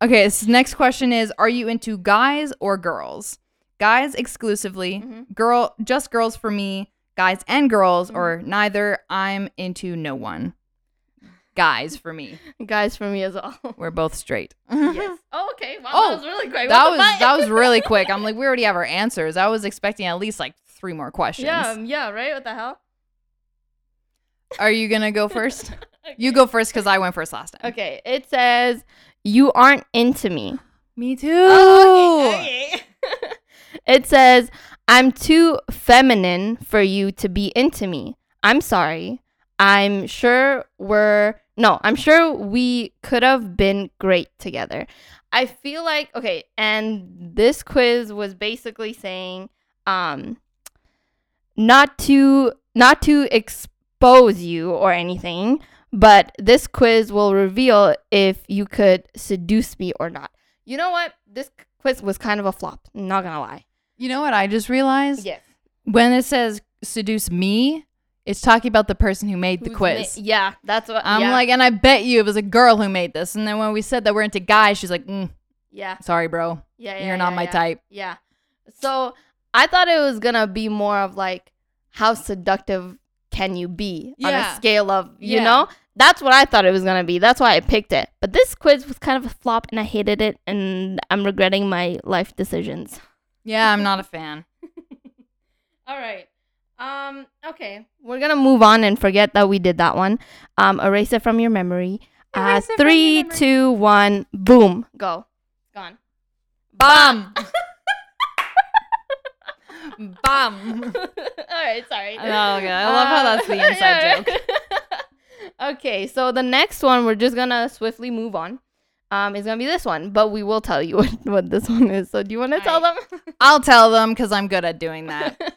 [SPEAKER 1] okay so next question is are you into guys or girls guys exclusively
[SPEAKER 2] Mhm.
[SPEAKER 1] girl just girls for me guys and girls
[SPEAKER 2] Mhm.
[SPEAKER 1] or neither i'm into no one guys for me
[SPEAKER 2] [LAUGHS] Guys for me as well. [LAUGHS]
[SPEAKER 1] we're both straight
[SPEAKER 2] yes. [LAUGHS] Oh, okay. Wow,
[SPEAKER 1] Oh,
[SPEAKER 2] that was really quick.
[SPEAKER 1] that
[SPEAKER 2] What
[SPEAKER 1] was
[SPEAKER 2] the fuck?
[SPEAKER 1] that
[SPEAKER 2] [LAUGHS]
[SPEAKER 1] was really quick. I'm like, we already have our answers. I was expecting at least like three more questions.
[SPEAKER 2] Yeah, um, yeah, right? What the hell?
[SPEAKER 1] Are you gonna go
[SPEAKER 2] [LAUGHS]
[SPEAKER 1] first?
[SPEAKER 2] Okay.
[SPEAKER 1] You go first because I went first last time.
[SPEAKER 2] Okay. It says you aren't into me.
[SPEAKER 1] Me too.
[SPEAKER 2] Oh, okay. [LAUGHS] it says I'm too feminine for you to be into me. I'm sorry. I'm sure we're no, I'm sure we could have been great together. I feel like okay, and this quiz was basically saying um not to not to expose you or anything, but this quiz will reveal if you could seduce me or not. You know what? This quiz was kind of a flop, not gonna lie.
[SPEAKER 1] You know what I just realized?
[SPEAKER 2] Yes.
[SPEAKER 1] When it says seduce me, it's talking about the person who made the quiz.
[SPEAKER 2] yeah, that's what
[SPEAKER 1] I'm
[SPEAKER 2] yeah,
[SPEAKER 1] like, and I bet you it was a girl who made this. And then when we said that we're into guys, she's like, mm,
[SPEAKER 2] yeah,
[SPEAKER 1] sorry, bro.
[SPEAKER 2] yeah, yeah.
[SPEAKER 1] You're not
[SPEAKER 2] yeah,
[SPEAKER 1] my
[SPEAKER 2] yeah.
[SPEAKER 1] type.
[SPEAKER 2] Yeah. So I thought it was gonna be more of like how seductive can you be on
[SPEAKER 1] Yeah.
[SPEAKER 2] a scale of you
[SPEAKER 1] Yeah.
[SPEAKER 2] know? That's what I thought it was gonna be. That's why I picked it. But this quiz was kind of a flop and I hated it and I'm regretting my life decisions.
[SPEAKER 1] Yeah, I'm
[SPEAKER 2] [LAUGHS]
[SPEAKER 1] not a fan.
[SPEAKER 2] All right. Um, okay. We're gonna move on and forget that we did that one. Um, erase it from your memory. Uh,
[SPEAKER 1] Erase it from your
[SPEAKER 2] three,
[SPEAKER 1] memory.
[SPEAKER 2] two, one, boom. Go.
[SPEAKER 1] [LAUGHS]
[SPEAKER 2] Gone. [LAUGHS]
[SPEAKER 1] Bum. Bum.
[SPEAKER 2] All right, sorry. Uh,
[SPEAKER 1] Oh, okay. I love how that's the
[SPEAKER 2] [LAUGHS]
[SPEAKER 1] inside joke.
[SPEAKER 2] okay, so the next one we're just gonna swiftly move on. Um, is gonna be this one, but we will tell you [LAUGHS] what, what this one is. So do you want to tell
[SPEAKER 1] I'll tell them because I'm good at doing [LAUGHS] that.
[SPEAKER 2] them?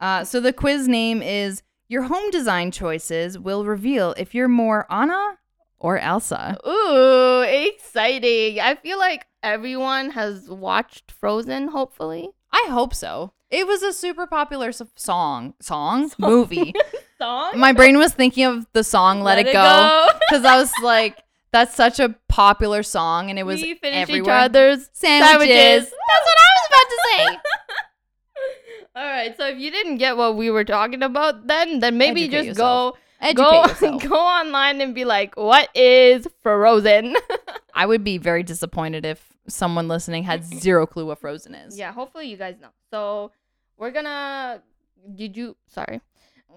[SPEAKER 1] Uh, so the quiz name is Your Home Design Choices Will Reveal If You're More Anna or Elsa.
[SPEAKER 2] [LAUGHS] Ooh, exciting! I feel like everyone has watched Frozen. Hopefully,
[SPEAKER 1] I I hope so. It was a super popular s- song, song, [LAUGHS] movie.
[SPEAKER 2] Song?
[SPEAKER 1] My brain was thinking of the song "Let, It [LAUGHS] Go"
[SPEAKER 2] [LAUGHS]
[SPEAKER 1] because I was like, "That's such a popular song," and it
[SPEAKER 2] [LAUGHS]
[SPEAKER 1] was
[SPEAKER 2] we finish each
[SPEAKER 1] everywhere.
[SPEAKER 2] other's
[SPEAKER 1] [LAUGHS] Sandwiches.
[SPEAKER 2] sandwiches.
[SPEAKER 1] That's what I was about to say. [LAUGHS]
[SPEAKER 2] All right, so if you didn't get what we were talking about, then then maybe
[SPEAKER 1] Educate
[SPEAKER 2] just
[SPEAKER 1] yourself.
[SPEAKER 2] go
[SPEAKER 1] Educate
[SPEAKER 2] go
[SPEAKER 1] yourself.
[SPEAKER 2] [LAUGHS] go online and be like, "What is Frozen?" [LAUGHS]
[SPEAKER 1] I would be very disappointed if someone listening [CLEARS THROAT] had zero clue what Frozen is.
[SPEAKER 2] yeah, hopefully you guys know. So we're gonna. Did you? Sorry.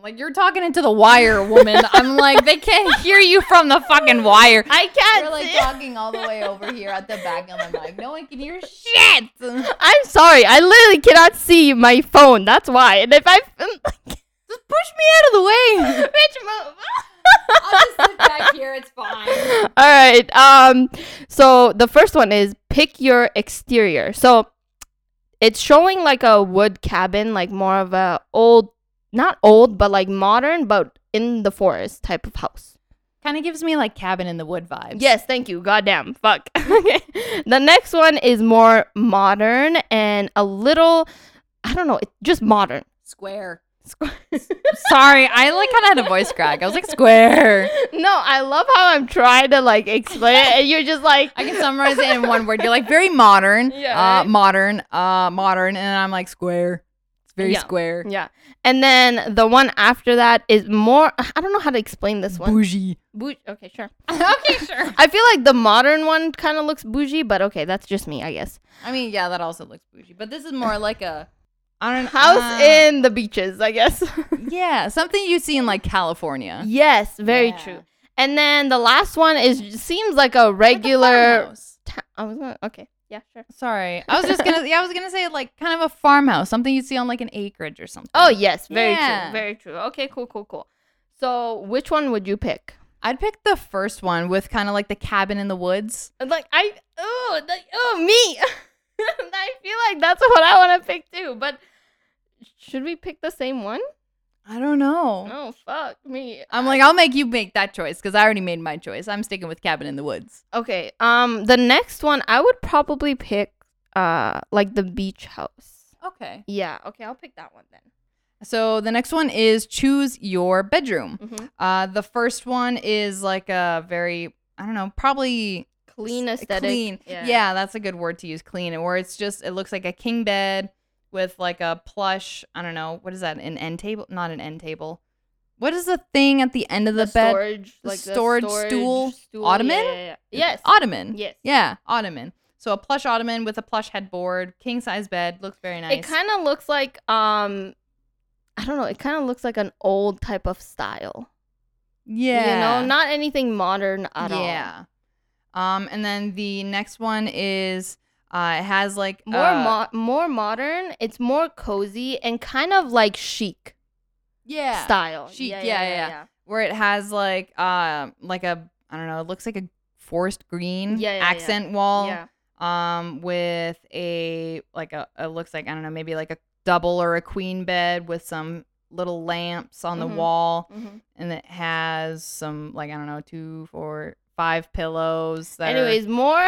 [SPEAKER 1] Like you're talking into the wire, woman. I'm like, they can't hear you from the fucking wire.
[SPEAKER 2] I can't. see-
[SPEAKER 1] talking all the way over here at the back, and I'm like, no one can hear
[SPEAKER 2] [LAUGHS]
[SPEAKER 1] shit. Just
[SPEAKER 2] [LAUGHS] I'm sorry. I literally cannot see my phone. That's why. And if I, [LAUGHS]
[SPEAKER 1] push me out of the way.
[SPEAKER 2] bitch, [LAUGHS] move.
[SPEAKER 1] I'll just sit
[SPEAKER 2] [LAUGHS]
[SPEAKER 1] back here. It's fine.
[SPEAKER 2] All right. Um. So the first one is pick your exterior. So it's showing like a wood cabin, like more of a old, not old, but like modern, but in the forest type of house.
[SPEAKER 1] Kind of gives me like cabin in the wood vibes.
[SPEAKER 2] Yes, thank you. Goddamn, fuck. [LAUGHS] okay. The next one is more modern and a little, I don't know, it's
[SPEAKER 1] [LAUGHS]
[SPEAKER 2] just modern. [LAUGHS]
[SPEAKER 1] square.
[SPEAKER 2] Squ-
[SPEAKER 1] Sorry, I like kind of had a voice crack. I was like square.
[SPEAKER 2] no, I love how I'm trying to like explain it, and you're just like,
[SPEAKER 1] I can summarize it in one word. You're like very modern,
[SPEAKER 2] Yeah,
[SPEAKER 1] uh,
[SPEAKER 2] right?
[SPEAKER 1] modern, uh, modern, and I'm like square. It's very
[SPEAKER 2] Yeah.
[SPEAKER 1] square,
[SPEAKER 2] Yeah. And then the one after that is more I don't know how to explain this one.
[SPEAKER 1] bougie.
[SPEAKER 2] Bouge- [LAUGHS] okay, sure.
[SPEAKER 1] okay, sure.
[SPEAKER 2] I feel like the modern one kind of looks bougie, but okay, that's just me, I guess.
[SPEAKER 1] I mean, yeah, that also looks bougie, but this is more like a I don't know
[SPEAKER 2] House
[SPEAKER 1] uh,
[SPEAKER 2] in the beaches, I guess. [LAUGHS]
[SPEAKER 1] yeah something you see in like California.
[SPEAKER 2] yes, very
[SPEAKER 1] Yeah.
[SPEAKER 2] true. And then the last one is seems like a
[SPEAKER 1] Like a
[SPEAKER 2] regular
[SPEAKER 1] farmhouse.
[SPEAKER 2] ta- I was going to okay. Yeah, sure.
[SPEAKER 1] Sorry, I was just gonna yeah I was gonna say like kind of a farmhouse, something you'd see on like an acreage or something.
[SPEAKER 2] Oh, yes, very
[SPEAKER 1] Yeah.
[SPEAKER 2] true. Very true. Okay, cool, cool, cool. So, which one would you pick?
[SPEAKER 1] I'd pick the first one with kind of like the cabin in the woods.
[SPEAKER 2] Like I oh like oh me. [LAUGHS] I feel like that's what I want to pick too. But should we pick the same one?
[SPEAKER 1] I don't know.
[SPEAKER 2] Oh fuck me.
[SPEAKER 1] I'm like, I'll make you make that choice because I already made my choice. I'm sticking with Cabin in the Woods.
[SPEAKER 2] okay. Um, the next one I would probably pick uh like the beach house.
[SPEAKER 1] Okay.
[SPEAKER 2] Yeah. Okay, I'll pick that one then.
[SPEAKER 1] So the next one is choose your bedroom.
[SPEAKER 2] Mm-hmm. Mm.
[SPEAKER 1] Uh, the first one is like a very, I don't know, probably
[SPEAKER 2] Clean
[SPEAKER 1] s-
[SPEAKER 2] aesthetic.
[SPEAKER 1] Clean. Yeah. that's a good word to use. Clean, or it's just it looks like a king bed with like a plush. I don't know what is that? An end table? Not an end table. What is the thing at the end of the,
[SPEAKER 2] The,
[SPEAKER 1] bed?
[SPEAKER 2] storage,
[SPEAKER 1] the
[SPEAKER 2] like the
[SPEAKER 1] storage
[SPEAKER 2] storage
[SPEAKER 1] stool
[SPEAKER 2] stool.
[SPEAKER 1] ottoman?
[SPEAKER 2] Yeah, yeah, yeah. Yes.
[SPEAKER 1] Ottoman.
[SPEAKER 2] Yes.
[SPEAKER 1] Yeah, ottoman. So a plush ottoman with a plush headboard, king size bed, looks very nice.
[SPEAKER 2] It kind of looks like um, I don't know. It kind of looks like an old type of style.
[SPEAKER 1] yeah,
[SPEAKER 2] You know, not anything modern at all.
[SPEAKER 1] yeah. Um, and then the next one is uh, it has like
[SPEAKER 2] More
[SPEAKER 1] uh,
[SPEAKER 2] mo- more modern. It's more cozy and kind of like chic
[SPEAKER 1] yeah
[SPEAKER 2] style.
[SPEAKER 1] Chic, yeah, yeah, where it has like uh like a I don't know it looks like a forest green
[SPEAKER 2] Yeah, yeah, yeah.
[SPEAKER 1] accent
[SPEAKER 2] Yeah.
[SPEAKER 1] wall
[SPEAKER 2] Yeah.
[SPEAKER 1] um with a like a it looks like I don't know maybe like a double or a queen bed with some little lamps on the
[SPEAKER 2] Mhm.
[SPEAKER 1] wall
[SPEAKER 2] Mhm.
[SPEAKER 1] and it has some like I don't know two four five pillows. That are- [LAUGHS]
[SPEAKER 2] Anyways, more.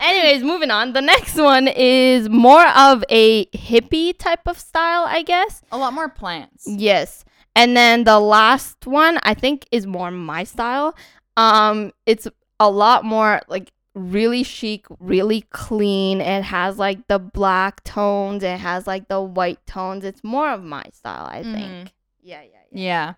[SPEAKER 2] Anyways, moving on. The next one is more of a hippie type of style, I guess.
[SPEAKER 1] a lot more plants.
[SPEAKER 2] Yes. And then the last one I think is more my style. Um it's a lot more like really chic, really clean. It has like the black tones, it has like the white tones. It's more of my style, I
[SPEAKER 1] Mhm.
[SPEAKER 2] think. Yeah, yeah, yeah.
[SPEAKER 1] Yeah.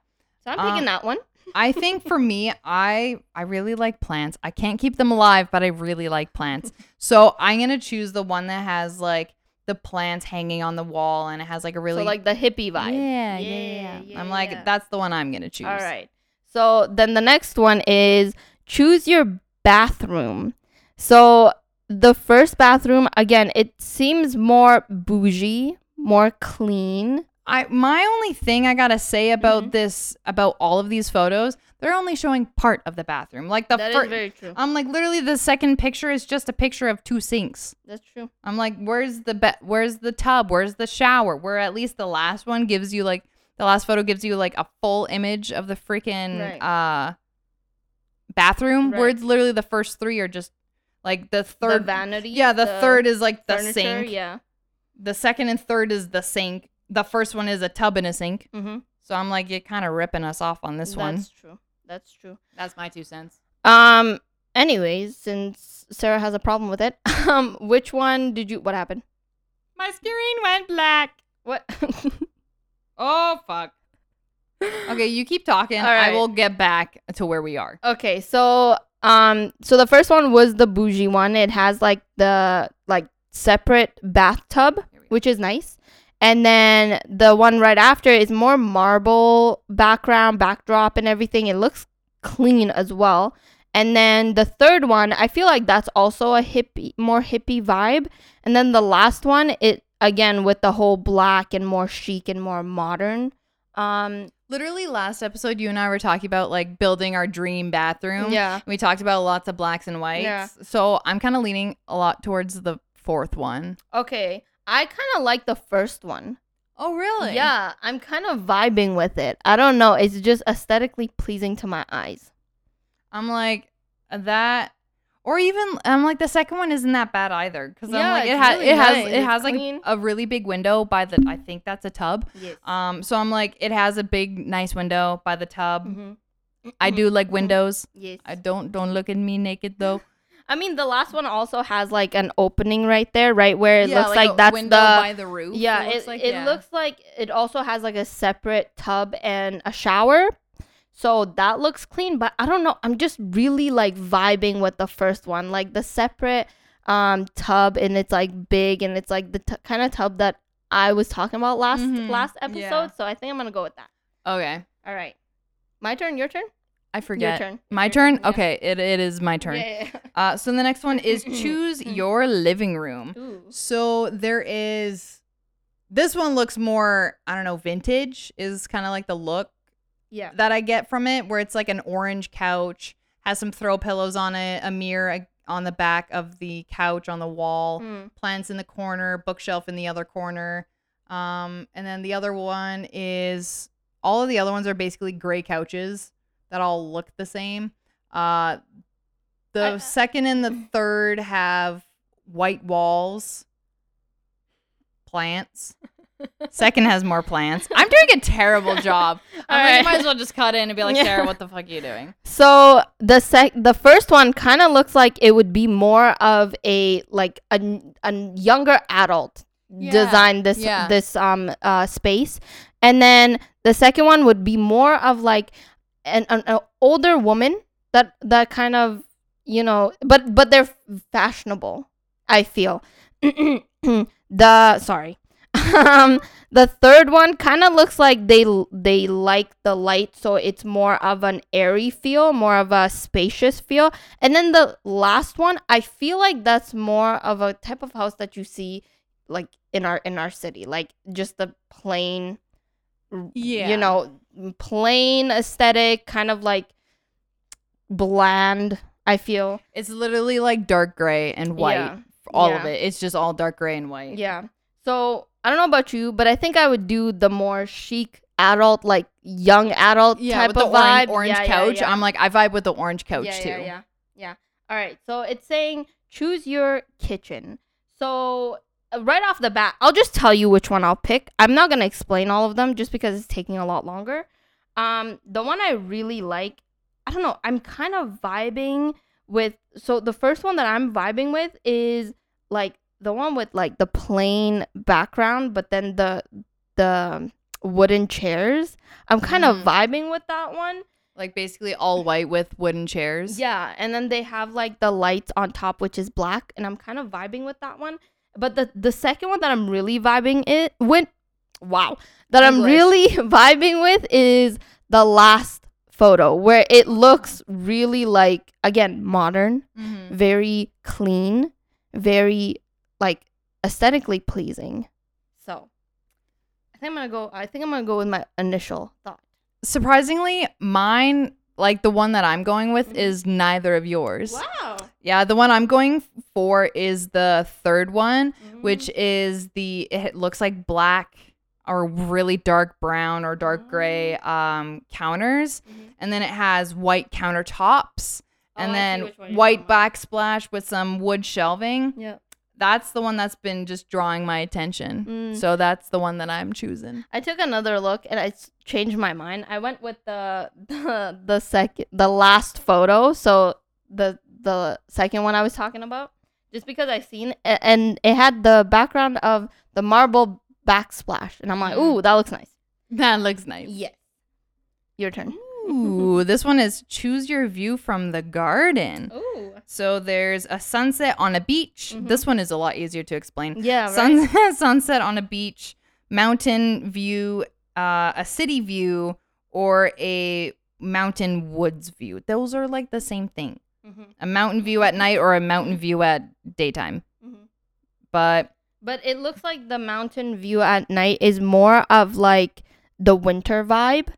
[SPEAKER 2] So I'm picking
[SPEAKER 1] Um,
[SPEAKER 2] that one.
[SPEAKER 1] I think for me, I I really like plants. I can't keep them alive, but I really like plants. So I'm gonna choose the one that has like the plants hanging on the wall, and it has like a really
[SPEAKER 2] so like the hippie
[SPEAKER 1] yeah,
[SPEAKER 2] vibe.
[SPEAKER 1] yeah,
[SPEAKER 2] Yeah,
[SPEAKER 1] yeah,
[SPEAKER 2] yeah,
[SPEAKER 1] I'm like
[SPEAKER 2] yeah.
[SPEAKER 1] that's the one I'm gonna choose.
[SPEAKER 2] All right. So then the next one is choose your bathroom. So the first bathroom, again, it seems more bougie, more clean.
[SPEAKER 1] I my only thing I gotta say about
[SPEAKER 2] Mhm.
[SPEAKER 1] this about all of these photos, they're only showing part of the bathroom. Like the uh,
[SPEAKER 2] That is
[SPEAKER 1] first,
[SPEAKER 2] very true.
[SPEAKER 1] I'm like literally the second picture is just a picture of two sinks.
[SPEAKER 2] That's true.
[SPEAKER 1] I'm like, where's the be- where's the tub? Where's the shower? Where at least the last one gives you like the last photo gives you like a full image of the freaking uh bathroom. Where
[SPEAKER 2] Right.
[SPEAKER 1] it's literally the first three are just Like the
[SPEAKER 2] Third
[SPEAKER 1] third
[SPEAKER 2] vanity.
[SPEAKER 1] Yeah, the, third is like the
[SPEAKER 2] furniture,
[SPEAKER 1] sink.
[SPEAKER 2] Yeah.
[SPEAKER 1] The second and third is the sink. The first one is a tub and a sink.
[SPEAKER 2] Mm-hmm.
[SPEAKER 1] So I'm like, you're kind of ripping us off on this
[SPEAKER 2] That's
[SPEAKER 1] one.
[SPEAKER 2] true. That's true.
[SPEAKER 1] That's my two cents.
[SPEAKER 2] Um. Anyways, since Sarah has a problem with it, [LAUGHS] um, which one did you? What happened?
[SPEAKER 1] My screen went black.
[SPEAKER 2] What? [LAUGHS]
[SPEAKER 1] Oh fuck. Okay, you keep talking.
[SPEAKER 2] All
[SPEAKER 1] I
[SPEAKER 2] right.
[SPEAKER 1] will get back to where we are.
[SPEAKER 2] okay. So, um, so the first one was the bougie one. It has like the like separate bathtub,
[SPEAKER 1] Here we go.
[SPEAKER 2] which is nice. And then the one right after is more marble background, backdrop, and everything. It looks clean as well. And then the third one, I feel like that's also a hippie, more hippie vibe. And then the last one, it again with the whole black and more chic and more modern. Um,
[SPEAKER 1] Literally last episode, you and I were talking about like building our dream bathroom.
[SPEAKER 2] yeah,
[SPEAKER 1] We talked about lots of blacks and whites.
[SPEAKER 2] Yeah.
[SPEAKER 1] So I'm kind of leaning a lot towards the fourth one.
[SPEAKER 2] Okay. I kind of like the first one.
[SPEAKER 1] Oh, really? Yeah.
[SPEAKER 2] Yeah, I'm kind of vibing with it. I don't know. It's just aesthetically pleasing to my eyes.
[SPEAKER 1] I'm like that, or even I'm like the second one isn't that bad either because
[SPEAKER 2] Yeah,
[SPEAKER 1] I'm like it
[SPEAKER 2] it's
[SPEAKER 1] has
[SPEAKER 2] really
[SPEAKER 1] it has
[SPEAKER 2] nice.
[SPEAKER 1] it
[SPEAKER 2] It's
[SPEAKER 1] has like
[SPEAKER 2] clean.
[SPEAKER 1] a really big window by the I think that's a tub.
[SPEAKER 2] Yes.
[SPEAKER 1] Um, so I'm like it has a big nice window by the tub.
[SPEAKER 2] hmm
[SPEAKER 1] I do like windows.
[SPEAKER 2] Yes.
[SPEAKER 1] I don't don't look at me naked though.
[SPEAKER 2] I mean, the last one also has like an opening right there, right where it looks like,
[SPEAKER 1] a
[SPEAKER 2] that's
[SPEAKER 1] window
[SPEAKER 2] the.
[SPEAKER 1] by the roof.
[SPEAKER 2] Yeah, it,
[SPEAKER 1] looks like,
[SPEAKER 2] it
[SPEAKER 1] yeah.
[SPEAKER 2] looks like it also has like a separate tub and a shower. So that looks clean, but I don't know. I'm just really like vibing with the first one, like the separate um tub and it's like big and it's like the t- kind of tub that I was talking about last
[SPEAKER 1] Mhm,
[SPEAKER 2] last episode.
[SPEAKER 1] yeah.
[SPEAKER 2] So I think I'm gonna go with that.
[SPEAKER 1] okay.
[SPEAKER 2] All right, my turn, your turn,
[SPEAKER 1] I forget.
[SPEAKER 2] your turn,
[SPEAKER 1] My
[SPEAKER 2] Your
[SPEAKER 1] turn.
[SPEAKER 2] yeah.
[SPEAKER 1] Okay, it, it is my turn.
[SPEAKER 2] Yeah, yeah,
[SPEAKER 1] [LAUGHS]
[SPEAKER 2] yeah.
[SPEAKER 1] Uh, so the next
[SPEAKER 2] [LAUGHS]
[SPEAKER 1] one is choose your living room.
[SPEAKER 2] Ooh.
[SPEAKER 1] So there is this one looks more, I don't know, vintage is kind of like the look [LAUGHS]
[SPEAKER 2] yeah,
[SPEAKER 1] that I get from it, where it's like an orange couch, has some throw pillows on it, a mirror uh, on the back of the couch on the wall,
[SPEAKER 2] Mm.
[SPEAKER 1] plants in the corner, bookshelf in the other corner. Um, and then the other one is all of the other ones are basically gray couches that all look the same. Uh, the
[SPEAKER 2] I-
[SPEAKER 1] second and [CLEARS THROAT] the third have white walls, plants. Second has more plants. I'm doing a terrible [LAUGHS] job.
[SPEAKER 2] All
[SPEAKER 1] I'm like,
[SPEAKER 2] right.
[SPEAKER 1] you might as well just cut in and be like,
[SPEAKER 2] Yeah.
[SPEAKER 1] Sarah, what the fuck are you doing?
[SPEAKER 2] So the sec the first one kind of looks like it would be more of a like a, n- a n- younger adult
[SPEAKER 1] Yeah,
[SPEAKER 2] design this
[SPEAKER 1] yeah.
[SPEAKER 2] this um uh space, and then the second one would be more of like an an, an older woman that that kind of you know but but they're fashionable. I feel [CLEARS THROAT] the sorry. um the third one kind of looks like they they like the light so it's more of an airy feel more of a spacious feel and then the last one i feel like that's more of a type of house that you see like in our in our city like just the plain
[SPEAKER 1] Yeah.
[SPEAKER 2] you know plain aesthetic kind of like bland i feel
[SPEAKER 1] It's literally like dark gray and white.
[SPEAKER 2] Yeah.
[SPEAKER 1] All of
[SPEAKER 2] Yeah.
[SPEAKER 1] it. It's just all dark gray and white.
[SPEAKER 2] Yeah. So I don't know about you, but I think I would do the more chic adult, like young adult
[SPEAKER 1] Yeah,
[SPEAKER 2] type
[SPEAKER 1] with the
[SPEAKER 2] of
[SPEAKER 1] orange,
[SPEAKER 2] vibe.
[SPEAKER 1] orange
[SPEAKER 2] Yeah, yeah,
[SPEAKER 1] couch.
[SPEAKER 2] yeah.
[SPEAKER 1] I'm like, I vibe with the orange couch
[SPEAKER 2] yeah,
[SPEAKER 1] too.
[SPEAKER 2] Yeah, yeah, yeah. All right. So it's saying choose your kitchen. So uh, right off the bat, I'll just tell you which one I'll pick. I'm not gonna explain all of them just because it's taking a lot longer. Um, the one I really like, I don't know. I'm kind of vibing with. So the first one that I'm vibing with is like the one with like the plain background, but then the the um, wooden chairs. I'm kind
[SPEAKER 1] Mm.
[SPEAKER 2] of vibing with that one.
[SPEAKER 1] Like basically all white with wooden chairs.
[SPEAKER 2] Yeah, and then they have like the lights on top, which is black, and I'm kind of vibing with that one. But the the second one that I'm really vibing it with, wow, that I'm
[SPEAKER 1] English.
[SPEAKER 2] really [LAUGHS] vibing with is the last photo where it looks really like again modern,
[SPEAKER 1] Mhm.
[SPEAKER 2] Mm-hmm. very clean, very like aesthetically pleasing. So, I think I'm gonna go. I think I'm gonna go with my initial thought.
[SPEAKER 1] Surprisingly, mine, like the one that I'm going with,
[SPEAKER 2] Mhm.
[SPEAKER 1] is neither of yours.
[SPEAKER 2] Wow,
[SPEAKER 1] Yeah, the one I'm going for is the third one,
[SPEAKER 2] Mm-hmm.
[SPEAKER 1] which is the it looks like black or really dark brown or
[SPEAKER 2] Oh.
[SPEAKER 1] dark gray um, counters,
[SPEAKER 2] Mhm.
[SPEAKER 1] and then it has white countertops and
[SPEAKER 2] Oh, I see
[SPEAKER 1] then
[SPEAKER 2] which one you're
[SPEAKER 1] white
[SPEAKER 2] talking
[SPEAKER 1] backsplash with some wood shelving.
[SPEAKER 2] Yeah.
[SPEAKER 1] That's the one that's been just drawing my attention.
[SPEAKER 2] Mm.
[SPEAKER 1] So that's the one that I'm choosing. [LAUGHS]
[SPEAKER 2] I took another look and I s- changed my mind. I went with the [LAUGHS] the, the second the last photo, so the the second one I was talking about, just because I seen a- and it had the background of the marble backsplash, and I'm like,
[SPEAKER 1] Mhm.
[SPEAKER 2] ooh, that looks nice.
[SPEAKER 1] That looks nice.
[SPEAKER 2] Yes. Your turn. [LAUGHS]
[SPEAKER 1] Ooh, this one is choose your view from the garden.
[SPEAKER 2] Ooh.
[SPEAKER 1] So there's a sunset on a beach.
[SPEAKER 2] Mhm.
[SPEAKER 1] This one is a lot easier to explain.
[SPEAKER 2] Yeah. Right.
[SPEAKER 1] Sun- [LAUGHS] sunset on a beach, mountain view, uh, a city view, or a mountain woods view. Those are like the same thing.
[SPEAKER 2] Mhm,
[SPEAKER 1] A mountain view at night or a mountain view at daytime.
[SPEAKER 2] mhm.
[SPEAKER 1] But
[SPEAKER 2] But it looks like the mountain view at night is more of like the winter vibe,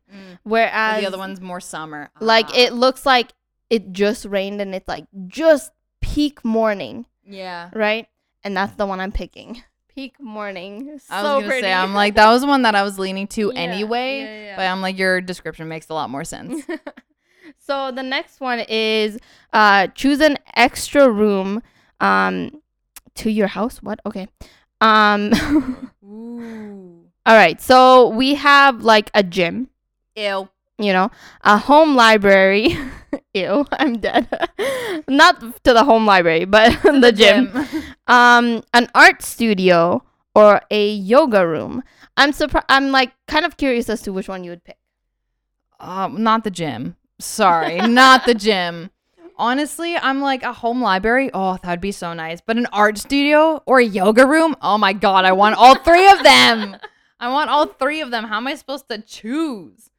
[SPEAKER 2] whereas
[SPEAKER 1] the other one's more summer.
[SPEAKER 2] Mm. Like
[SPEAKER 1] Ah.
[SPEAKER 2] it looks like it just rained and it's like just peak morning,
[SPEAKER 1] Yeah.
[SPEAKER 2] right? And that's the one I'm picking. Peak morning.
[SPEAKER 1] I was
[SPEAKER 2] So
[SPEAKER 1] gonna
[SPEAKER 2] pretty.
[SPEAKER 1] say I'm like that was the one that I was leaning to
[SPEAKER 2] Yeah,
[SPEAKER 1] anyway.
[SPEAKER 2] yeah,
[SPEAKER 1] But I'm like your description makes a lot more
[SPEAKER 2] [LAUGHS]
[SPEAKER 1] sense.
[SPEAKER 2] yeah. so the next one is uh choose an extra room um to your house. What? Okay. Um [LAUGHS]
[SPEAKER 1] Ooh.
[SPEAKER 2] all right. So we have like a gym.
[SPEAKER 1] Ew.
[SPEAKER 2] you know, a home library. [LAUGHS] Ew, I'm dead. [LAUGHS] Not to the home library, but [LAUGHS] the, gym. [LAUGHS] Um, an art studio or a yoga room. I'm surprised. I'm like kind of curious as to which one you would pick.
[SPEAKER 1] [LAUGHS] Um, not the gym. Sorry, not the gym. Honestly, I'm like a home library. Oh, that would be so nice. But an art studio or a yoga room? Oh my god, I want all three of
[SPEAKER 2] [LAUGHS]
[SPEAKER 1] them. I want all three of them. How am I supposed to choose?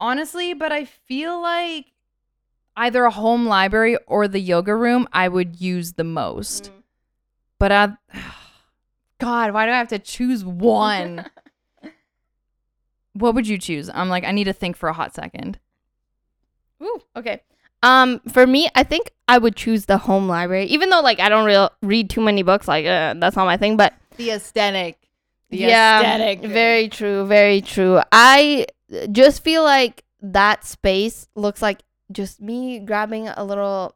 [SPEAKER 1] Honestly, but I feel like either a home library or the yoga room I would use the most.
[SPEAKER 2] Mm.
[SPEAKER 1] But I [SIGHS] God, why do I have to choose one? [LAUGHS] what would you choose? I'm like I need to think for a hot second.
[SPEAKER 2] Ooh, okay. Um, for me, I think I would choose the home library, even though like I don't real read too many books. Like uh, that's not my thing, but
[SPEAKER 1] the aesthetic. The aesthetic. [LAUGHS]
[SPEAKER 2] Very true. Very true. I just feel like that space looks like just me grabbing a little,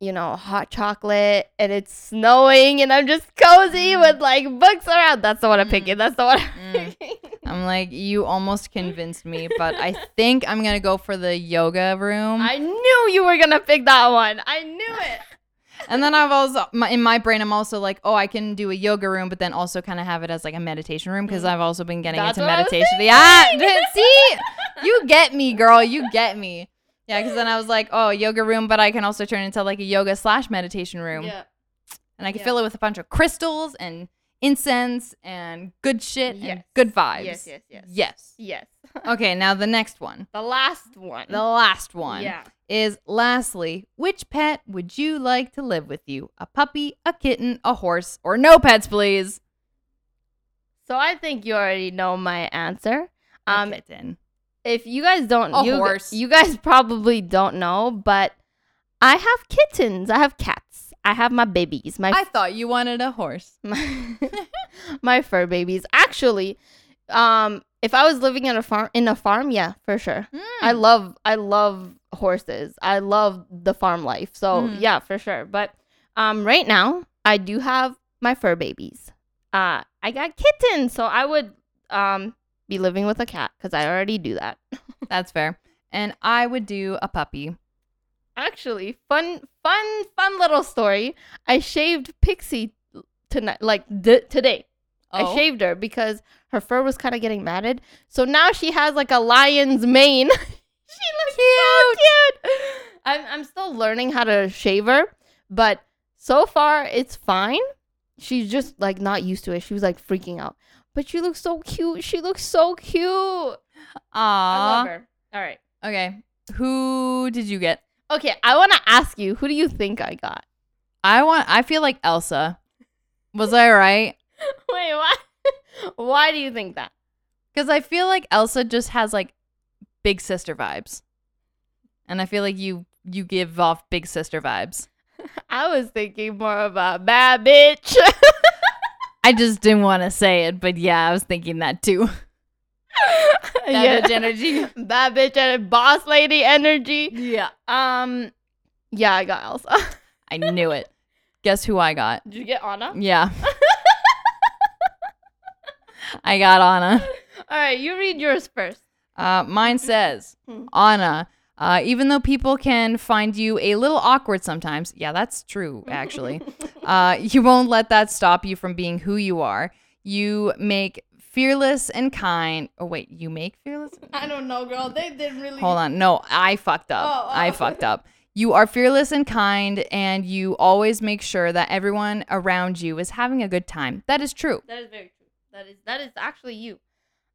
[SPEAKER 2] you know, hot chocolate and it's snowing and I'm just cozy
[SPEAKER 1] Mm.
[SPEAKER 2] with like books around. That's the one I'm
[SPEAKER 1] Mm.
[SPEAKER 2] picking. That's the one I'm
[SPEAKER 1] Mm.
[SPEAKER 2] picking.
[SPEAKER 1] I'm like, you almost convinced me, but I think I'm gonna go for the yoga room.
[SPEAKER 2] I knew you were going to pick that one. I knew it.
[SPEAKER 1] and then I've also my, in my brain, I'm also like, oh, I can do a yoga room, but then also kind of have it as like a meditation room because I've also been getting
[SPEAKER 2] Mm. That's
[SPEAKER 1] into
[SPEAKER 2] what I was
[SPEAKER 1] meditation. [LAUGHS] Yeah, [LAUGHS]
[SPEAKER 2] thinking.
[SPEAKER 1] see, you get me, girl. You get me. Yeah, because then I was like, oh, yoga room, but I can also turn it into like a yoga slash meditation room,
[SPEAKER 2] Yeah.
[SPEAKER 1] and I can
[SPEAKER 2] Yeah.
[SPEAKER 1] fill it with a bunch of crystals and incense and good shit and
[SPEAKER 2] Yes.
[SPEAKER 1] good vibes.
[SPEAKER 2] Yes, yes, yes.
[SPEAKER 1] Yes.
[SPEAKER 2] Yes.
[SPEAKER 1] Okay, now the next one.
[SPEAKER 2] The last one.
[SPEAKER 1] The last one
[SPEAKER 2] Yeah.
[SPEAKER 1] is lastly, which pet would you like to live with you? A puppy, a kitten, a horse, or no pets, please?
[SPEAKER 2] So I think you already know my answer.
[SPEAKER 1] A
[SPEAKER 2] Um,
[SPEAKER 1] kitten.
[SPEAKER 2] if you guys don't
[SPEAKER 1] A
[SPEAKER 2] you, g-
[SPEAKER 1] horse.
[SPEAKER 2] you guys probably don't know but i have kittens i have cats i have my babies my
[SPEAKER 1] I thought you wanted a horse.
[SPEAKER 2] my, [LAUGHS] my fur babies actually um if i was living in a farm in a farm yeah for sure
[SPEAKER 1] Hmm.
[SPEAKER 2] i love i love horses i love the farm life so
[SPEAKER 1] Mhm.
[SPEAKER 2] yeah for sure but um right now i do have my fur babies uh i got kittens so i would um be living with a cat because i already do that
[SPEAKER 1] That's fair. And I would do a puppy.
[SPEAKER 2] Actually, fun, fun, fun little story. I shaved Pixie tonight, like d- today.
[SPEAKER 1] Oh.
[SPEAKER 2] I shaved her because her fur was kind of getting matted. So now she has like a lion's mane. [LAUGHS] she looks so cute. I'm, I'm still learning how to shave her, but so far it's fine. She's just like not used to it. She was like freaking out. But she looks so cute. She looks so cute. I love
[SPEAKER 1] Aww.
[SPEAKER 2] her. All right.
[SPEAKER 1] Okay. Who did you get?
[SPEAKER 2] Okay, I want to ask you, who do you think I got?
[SPEAKER 1] I want. I feel like Elsa. Was I right?
[SPEAKER 2] [LAUGHS] Wait, why? why do you think that?
[SPEAKER 1] Because I feel like Elsa just has like big sister vibes, and I feel like you you give off big sister vibes.
[SPEAKER 2] I was thinking more of a bad bitch. [LAUGHS]
[SPEAKER 1] I just didn't want to say it, but yeah, I was thinking that too. [LAUGHS] Bad
[SPEAKER 2] [LAUGHS]
[SPEAKER 1] bitch energy.
[SPEAKER 2] bad bitch and boss lady energy.
[SPEAKER 1] Yeah,
[SPEAKER 2] Um, Yeah, I got [LAUGHS] Elsa.
[SPEAKER 1] I knew it. Guess who I got?
[SPEAKER 2] Did you get Anna?
[SPEAKER 1] Yeah. I got Anna.
[SPEAKER 2] All right, you read yours first.
[SPEAKER 1] Uh, mine says,
[SPEAKER 2] Hmm.
[SPEAKER 1] Anna, uh, even though people can find you a little awkward sometimes, yeah, that's true, actually, uh, you won't let that stop you from being who you are. You make fearless and kind. Oh, wait, you make fearless?
[SPEAKER 2] I don't know, girl. They did really.
[SPEAKER 1] Hold on. No, I fucked up.
[SPEAKER 2] Oh, oh.
[SPEAKER 1] I fucked up. You are fearless and kind, and you always make sure that everyone around you is having a good time. That is true.
[SPEAKER 2] That is very true. That is that is actually you.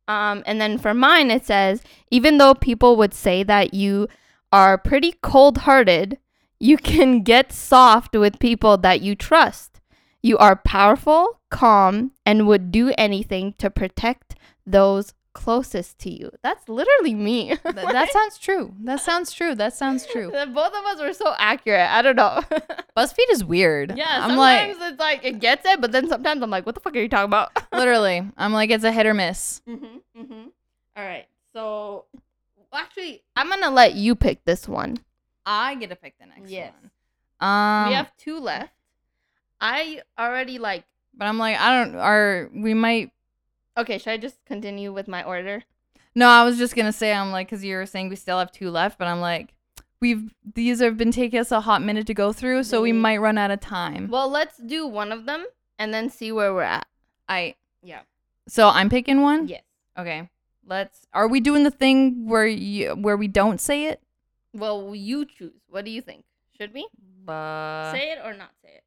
[SPEAKER 2] Um, and then for mine, it says even though people would say that you are pretty cold-hearted, you can get soft with people that you trust. You are powerful, calm, and would do anything to protect those closest to you. That's literally me. [LAUGHS]
[SPEAKER 1] Th- that sounds true. That sounds true. That sounds [LAUGHS] true.
[SPEAKER 2] Both of us were so accurate. I don't know. [LAUGHS]
[SPEAKER 1] BuzzFeed is weird.
[SPEAKER 2] yeah,
[SPEAKER 1] I'm like, [LAUGHS]
[SPEAKER 2] sometimes it's like it gets it, but then sometimes I'm like, what the fuck are you talking about?
[SPEAKER 1] literally, I'm like, it's a hit or miss.
[SPEAKER 2] Mm-hmm, mm-hmm. All right. So, actually, I'm gonna let you pick this one.
[SPEAKER 1] I get to pick the next
[SPEAKER 2] Yes.
[SPEAKER 1] one. Um,
[SPEAKER 2] we have two left. I already like.
[SPEAKER 1] but I'm like, I don't. Are we might?
[SPEAKER 2] Okay, should I just continue with my order?
[SPEAKER 1] No, I was just gonna say, I'm like, because you were saying we still have two left, but I'm like, we've these have been taking us a hot minute to go through, so we
[SPEAKER 2] Mhm.
[SPEAKER 1] might run out of time.
[SPEAKER 2] Well, let's do one of them and then see where we're at.
[SPEAKER 1] I
[SPEAKER 2] Yeah.
[SPEAKER 1] so I'm picking one.
[SPEAKER 2] Yes.
[SPEAKER 1] Okay. Let's. Are we doing the thing where you where we don't say it?
[SPEAKER 2] Well, you choose. What do you think? Should we
[SPEAKER 1] Uh,
[SPEAKER 2] say it or not say it?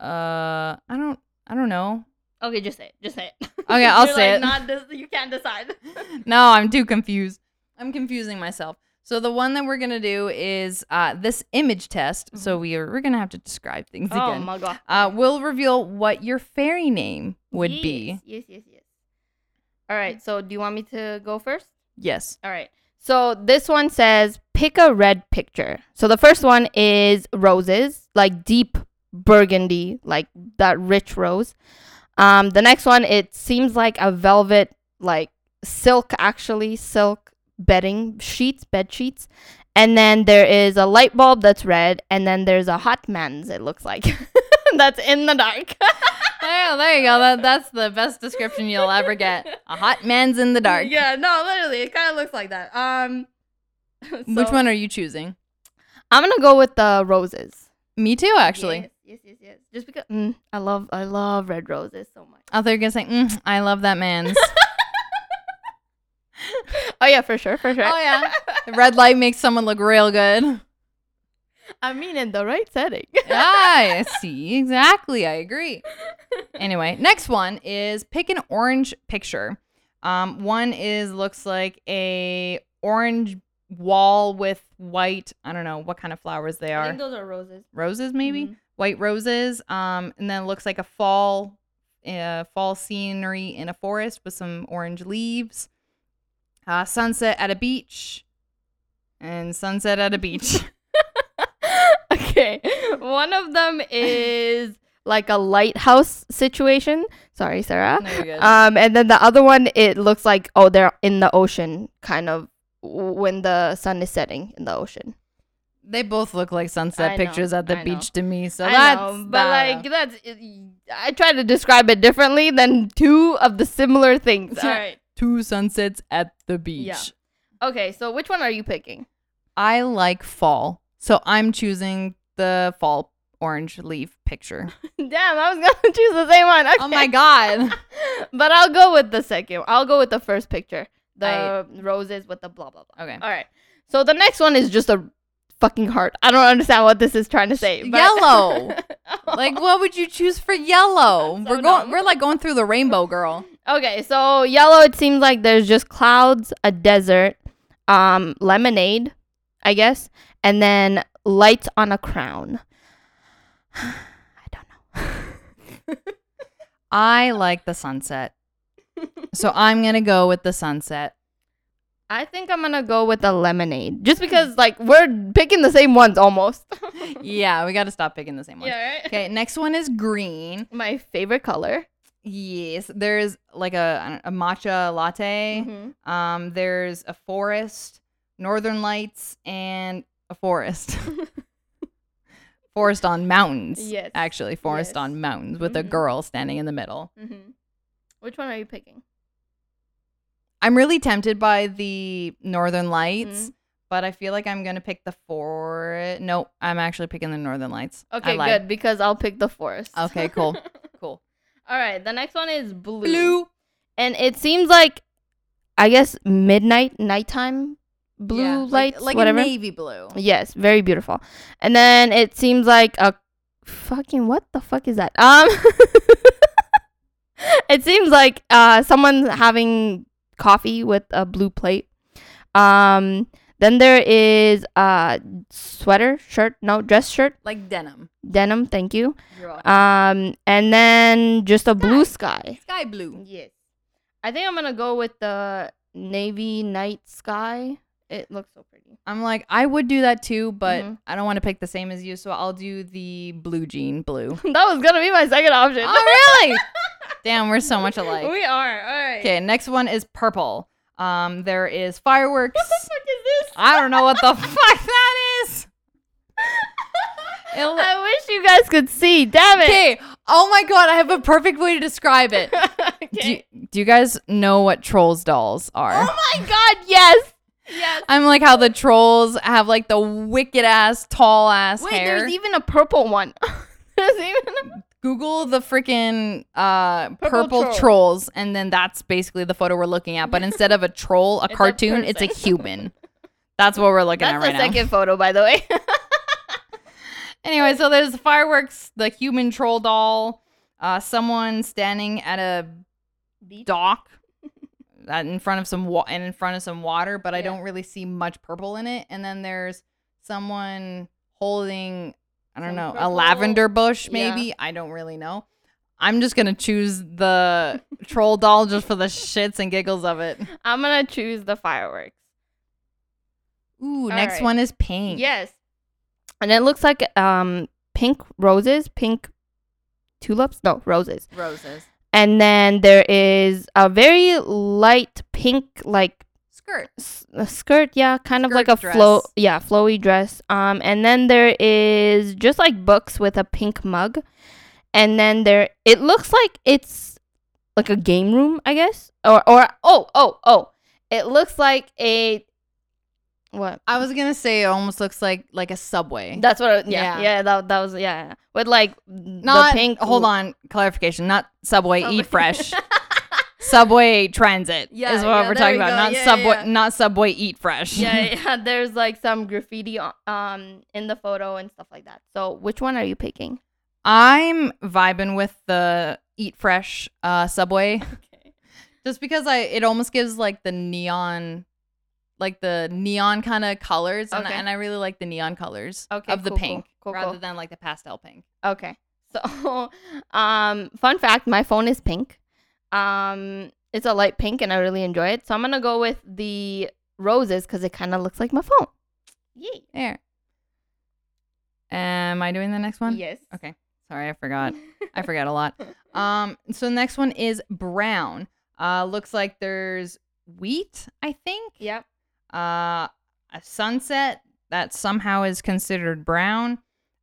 [SPEAKER 1] uh, I don't. I don't know.
[SPEAKER 2] Okay, just say it. Just say it.
[SPEAKER 1] Okay, I'll
[SPEAKER 2] [LAUGHS] You're
[SPEAKER 1] say
[SPEAKER 2] like,
[SPEAKER 1] it.
[SPEAKER 2] Not this. You
[SPEAKER 1] [LAUGHS]
[SPEAKER 2] can't decide. [LAUGHS]
[SPEAKER 1] no, I'm too confused. I'm confusing myself. So the one that we're gonna do is uh, this image test. So we are, we're gonna have to describe things
[SPEAKER 2] Mm-hmm. oh
[SPEAKER 1] again.
[SPEAKER 2] my god.
[SPEAKER 1] uh, will reveal what your fairy name would be.
[SPEAKER 2] Yes. Yes. Yes. All right. So, do you want me to go first?
[SPEAKER 1] Yes.
[SPEAKER 2] All right. So this one says pick a red picture. So the first one is roses, like deep burgundy, like that rich rose. Um, the next one, it seems like a velvet, like silk, actually, silk bedding sheets, bed sheets. And then there is a light bulb that's red. And then there's a hot man's, it looks like, [LAUGHS] that's in the dark. [LAUGHS]
[SPEAKER 1] Oh, there you go. That, that's the best description you'll ever get. A hot man's in the
[SPEAKER 2] [LAUGHS]
[SPEAKER 1] dark.
[SPEAKER 2] Yeah, no, literally, it kind of looks like that. Um, [LAUGHS]
[SPEAKER 1] Which
[SPEAKER 2] so-
[SPEAKER 1] one are you choosing?
[SPEAKER 2] I'm going to go with the roses.
[SPEAKER 1] Me too, actually.
[SPEAKER 2] Yes, yes, yes. yes. Just because mm, I love I love red roses so much.
[SPEAKER 1] I thought you were gonna say, mm, "I love that man's."
[SPEAKER 2] [LAUGHS] Oh yeah, for sure, for sure.
[SPEAKER 1] oh
[SPEAKER 2] [LAUGHS]
[SPEAKER 1] yeah, the red light makes someone look real good.
[SPEAKER 2] I mean in the right setting. [LAUGHS]
[SPEAKER 1] Yeah, I see exactly. I agree. Anyway, next one is pick an orange picture. Um, one is looks like a orange wall with white. I don't know what kind of flowers they are.
[SPEAKER 2] those are roses.
[SPEAKER 1] roses,
[SPEAKER 2] Mm-hmm.
[SPEAKER 1] maybe white roses. Um, and then it looks like a fall, uh, fall scenery in a forest with some orange leaves. Uh, sunset at a beach, and sunset at a beach.
[SPEAKER 2] [LAUGHS]
[SPEAKER 1] [LAUGHS]
[SPEAKER 2] okay. One of [LAUGHS] them is like a lighthouse situation. Sorry, Sarah.
[SPEAKER 1] No, you're good.
[SPEAKER 2] Um and then the other one it looks like oh they're in the ocean kind of w- when the sun is setting in the ocean.
[SPEAKER 1] They both look like sunset
[SPEAKER 2] I know,
[SPEAKER 1] pictures at the
[SPEAKER 2] I know.
[SPEAKER 1] beach to me. So
[SPEAKER 2] I
[SPEAKER 1] that's
[SPEAKER 2] know,
[SPEAKER 1] the-
[SPEAKER 2] but like that's I try to describe it differently than two of the similar things.
[SPEAKER 1] Yeah. two sunsets at the beach.
[SPEAKER 2] Yeah. Okay, so which one are you picking? [LAUGHS]
[SPEAKER 1] I like fall, so I'm choosing the fall orange leaf [LAUGHS] picture.
[SPEAKER 2] Damn, I was gonna [LAUGHS] choose the same one. Okay.
[SPEAKER 1] oh my god!
[SPEAKER 2] [LAUGHS] But I'll go with the second. I'll go with the first picture. The
[SPEAKER 1] I-
[SPEAKER 2] roses with the blah blah blah.
[SPEAKER 1] Okay,
[SPEAKER 2] All right. So the next one is just a fucking heart. I don't understand what this is trying to say. but- [LAUGHS]
[SPEAKER 1] yellow.
[SPEAKER 2] Oh.
[SPEAKER 1] like what would you choose for yellow?
[SPEAKER 2] So
[SPEAKER 1] we're going.
[SPEAKER 2] dumb.
[SPEAKER 1] We're like going through the rainbow, girl.
[SPEAKER 2] Okay, so yellow. It seems like there's just clouds, a desert, um, lemonade, I guess, and then lights on a crown. I don't know.
[SPEAKER 1] I like the sunset, so I'm gonna go with the sunset.
[SPEAKER 2] I think I'm gonna go with the lemonade, just because like we're picking the same
[SPEAKER 1] [LAUGHS]
[SPEAKER 2] ones almost.
[SPEAKER 1] Yeah, we got to stop picking the same one.
[SPEAKER 2] [LAUGHS] right.
[SPEAKER 1] Okay, next one is green.
[SPEAKER 2] My favorite color.
[SPEAKER 1] Yes, there's like a a matcha latte.
[SPEAKER 2] Mm-hmm.
[SPEAKER 1] Um, there's a forest, [LAUGHS] northern lights, and a forest. Forest on Mountains.
[SPEAKER 2] Yes.
[SPEAKER 1] Actually, Forest
[SPEAKER 2] Yes.
[SPEAKER 1] on Mountains with a
[SPEAKER 2] Mhm.
[SPEAKER 1] girl standing in the middle.
[SPEAKER 2] Mm-hmm. Which one are you picking?
[SPEAKER 1] I'm really tempted by the Northern Lights,
[SPEAKER 2] Mhm.
[SPEAKER 1] but I feel like I'm going to pick the forest. No, I'm actually picking the Northern Lights. I
[SPEAKER 2] Okay,
[SPEAKER 1] lied.
[SPEAKER 2] good because I'll pick the forest. [LAUGHS]
[SPEAKER 1] Okay, [LAUGHS] cool. Cool.
[SPEAKER 2] All right, the next one is blue.
[SPEAKER 1] Blue.
[SPEAKER 2] And it seems like I guess midnight nighttime blue
[SPEAKER 1] Yeah,
[SPEAKER 2] lights
[SPEAKER 1] like, like
[SPEAKER 2] whatever.
[SPEAKER 1] a navy blue.
[SPEAKER 2] Yes, very beautiful. And then it seems like a fucking what the fuck is that? Um [LAUGHS] It seems like uh someone having coffee with a blue plate. Um then there is uh sweater, shirt, no, dress shirt,
[SPEAKER 1] Like denim.
[SPEAKER 2] denim, thank you.
[SPEAKER 1] You're welcome.
[SPEAKER 2] Um and then just a blue sky.
[SPEAKER 1] Sky blue.
[SPEAKER 2] Yes. I think I'm going to go with the navy night sky. It looks so pretty. [LAUGHS]
[SPEAKER 1] I'm like, I would do that too, but
[SPEAKER 2] Mhm.
[SPEAKER 1] I don't want to pick the same as you, so I'll do the blue jean [LAUGHS] blue.
[SPEAKER 2] that was going to be my second option.
[SPEAKER 1] oh, really? Damn, we're [LAUGHS] so much alike.
[SPEAKER 2] we are. All right.
[SPEAKER 1] Okay, next one is purple. Um, there is fireworks. [LAUGHS]
[SPEAKER 2] What the fuck is this?
[SPEAKER 1] I don't know what the [LAUGHS] fuck that is. It'll-
[SPEAKER 2] I [LAUGHS] wish you guys could see. Damn [LAUGHS] it.
[SPEAKER 1] Okay. Oh my god, I have a perfect way to describe
[SPEAKER 2] [LAUGHS]
[SPEAKER 1] it. Do you, do you guys know what trolls dolls are?
[SPEAKER 2] Oh my god, yes. Yes.
[SPEAKER 1] I'm like how the trolls have like the wicked ass, tall ass
[SPEAKER 2] Wait,
[SPEAKER 1] hair.
[SPEAKER 2] there's e- even a purple one. [LAUGHS] there's even a-
[SPEAKER 1] Google the freaking uh, purple,
[SPEAKER 2] troll.
[SPEAKER 1] trolls, and then that's basically the photo we're looking at.
[SPEAKER 2] [LAUGHS]
[SPEAKER 1] But instead of a troll, a
[SPEAKER 2] a
[SPEAKER 1] cartoon, it's a
[SPEAKER 2] person.
[SPEAKER 1] human. That's what we're looking
[SPEAKER 2] That's
[SPEAKER 1] at
[SPEAKER 2] the
[SPEAKER 1] right now.
[SPEAKER 2] second photo, by the
[SPEAKER 1] [LAUGHS]
[SPEAKER 2] way.
[SPEAKER 1] Anyway, so there's fireworks, the human troll doll, uh, someone standing at a
[SPEAKER 2] [LAUGHS]
[SPEAKER 1] dock that in front of some wa- and in front of some water, but I
[SPEAKER 2] Yeah.
[SPEAKER 1] don't really see much purple in it. And then there's someone holding I don't
[SPEAKER 2] Some
[SPEAKER 1] know, a
[SPEAKER 2] purple-
[SPEAKER 1] lavender bush
[SPEAKER 2] Yeah.
[SPEAKER 1] maybe. I don't really know. I'm just going to choose the
[SPEAKER 2] [LAUGHS]
[SPEAKER 1] troll doll just for the shits and giggles of it.
[SPEAKER 2] I'm going to choose the fireworks.
[SPEAKER 1] Ooh, next
[SPEAKER 2] next right.
[SPEAKER 1] one
[SPEAKER 2] one
[SPEAKER 1] is pink.
[SPEAKER 2] Yes. And it looks like um pink roses, pink tulips, no, roses.
[SPEAKER 1] Roses.
[SPEAKER 2] And then there is a very light pink like
[SPEAKER 1] Skirt.
[SPEAKER 2] s- a skirt, yeah, kind of
[SPEAKER 1] Skirt
[SPEAKER 2] like a flow,
[SPEAKER 1] dress.
[SPEAKER 2] yeah, flowy dress. Um and then there is just like books with a pink mug. And then there it looks like it's like a game room, I guess. Or or oh, oh, oh. It looks like a what?
[SPEAKER 1] I was going to say it almost looks like like a subway.
[SPEAKER 2] That's what. I, yeah,
[SPEAKER 1] Yeah.
[SPEAKER 2] yeah, That that was yeah. yeah. With like
[SPEAKER 1] not
[SPEAKER 2] the pink. Oh,
[SPEAKER 1] hold on, clarification, not Subway,
[SPEAKER 2] Subway. [LAUGHS]
[SPEAKER 1] Eat Fresh. Subway Transit
[SPEAKER 2] Yeah,
[SPEAKER 1] is what
[SPEAKER 2] yeah,
[SPEAKER 1] we're
[SPEAKER 2] there
[SPEAKER 1] talking
[SPEAKER 2] you
[SPEAKER 1] about,
[SPEAKER 2] go.
[SPEAKER 1] not
[SPEAKER 2] Yeah, yeah,
[SPEAKER 1] Subway,
[SPEAKER 2] yeah.
[SPEAKER 1] not Subway Eat Fresh.
[SPEAKER 2] yeah, yeah. There's like some graffiti on- um in the photo and stuff like that. So which one are
[SPEAKER 1] [LAUGHS]
[SPEAKER 2] you picking?
[SPEAKER 1] [LAUGHS] I'm vibing with the Eat Fresh uh, Subway
[SPEAKER 2] Okay.
[SPEAKER 1] just because I it almost gives like the neon, like the neon kind of colors, and,
[SPEAKER 2] Okay.
[SPEAKER 1] and I really like the neon colors
[SPEAKER 2] Okay,
[SPEAKER 1] of the
[SPEAKER 2] cool, cool,
[SPEAKER 1] pink
[SPEAKER 2] cool,
[SPEAKER 1] rather
[SPEAKER 2] cool.
[SPEAKER 1] than like the pastel pink.
[SPEAKER 2] [LAUGHS] Okay. So, [LAUGHS] um, fun fact: my phone is pink. Um, it's a light pink, and I really enjoy it. So I'm gonna go with the roses because it kind of looks like my phone. Yay.
[SPEAKER 1] There. Am I doing the next one?
[SPEAKER 2] Yes. [LAUGHS]
[SPEAKER 1] Okay. Sorry, I forgot. I forgot a lot. Um, so the next one is brown. Uh, looks like there's wheat, I think.
[SPEAKER 2] yep.
[SPEAKER 1] Uh, a sunset that somehow is considered brown.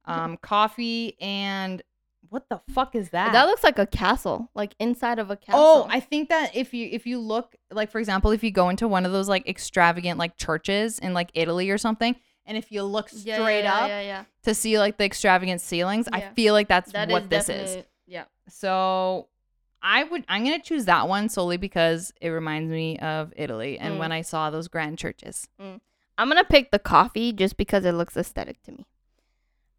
[SPEAKER 1] Um, coffee and what the fuck is that?
[SPEAKER 2] That looks like a castle, like inside of a
[SPEAKER 1] oh,
[SPEAKER 2] castle.
[SPEAKER 1] I think that if you if you look like for example, if you go into one of those like extravagant like churches in like Italy or something, and if you look straight
[SPEAKER 2] Yeah, yeah,
[SPEAKER 1] up
[SPEAKER 2] Yeah, yeah. yeah.
[SPEAKER 1] to see like the extravagant ceilings, I
[SPEAKER 2] Yeah.
[SPEAKER 1] feel like that's
[SPEAKER 2] That is
[SPEAKER 1] what this is.
[SPEAKER 2] definitely- Yeah.
[SPEAKER 1] So I would I'm gonna choose that one solely because it reminds me of Italy and
[SPEAKER 2] Mm.
[SPEAKER 1] when I saw those grand churches.
[SPEAKER 2] I'm gonna pick the coffee just because it looks aesthetic to me.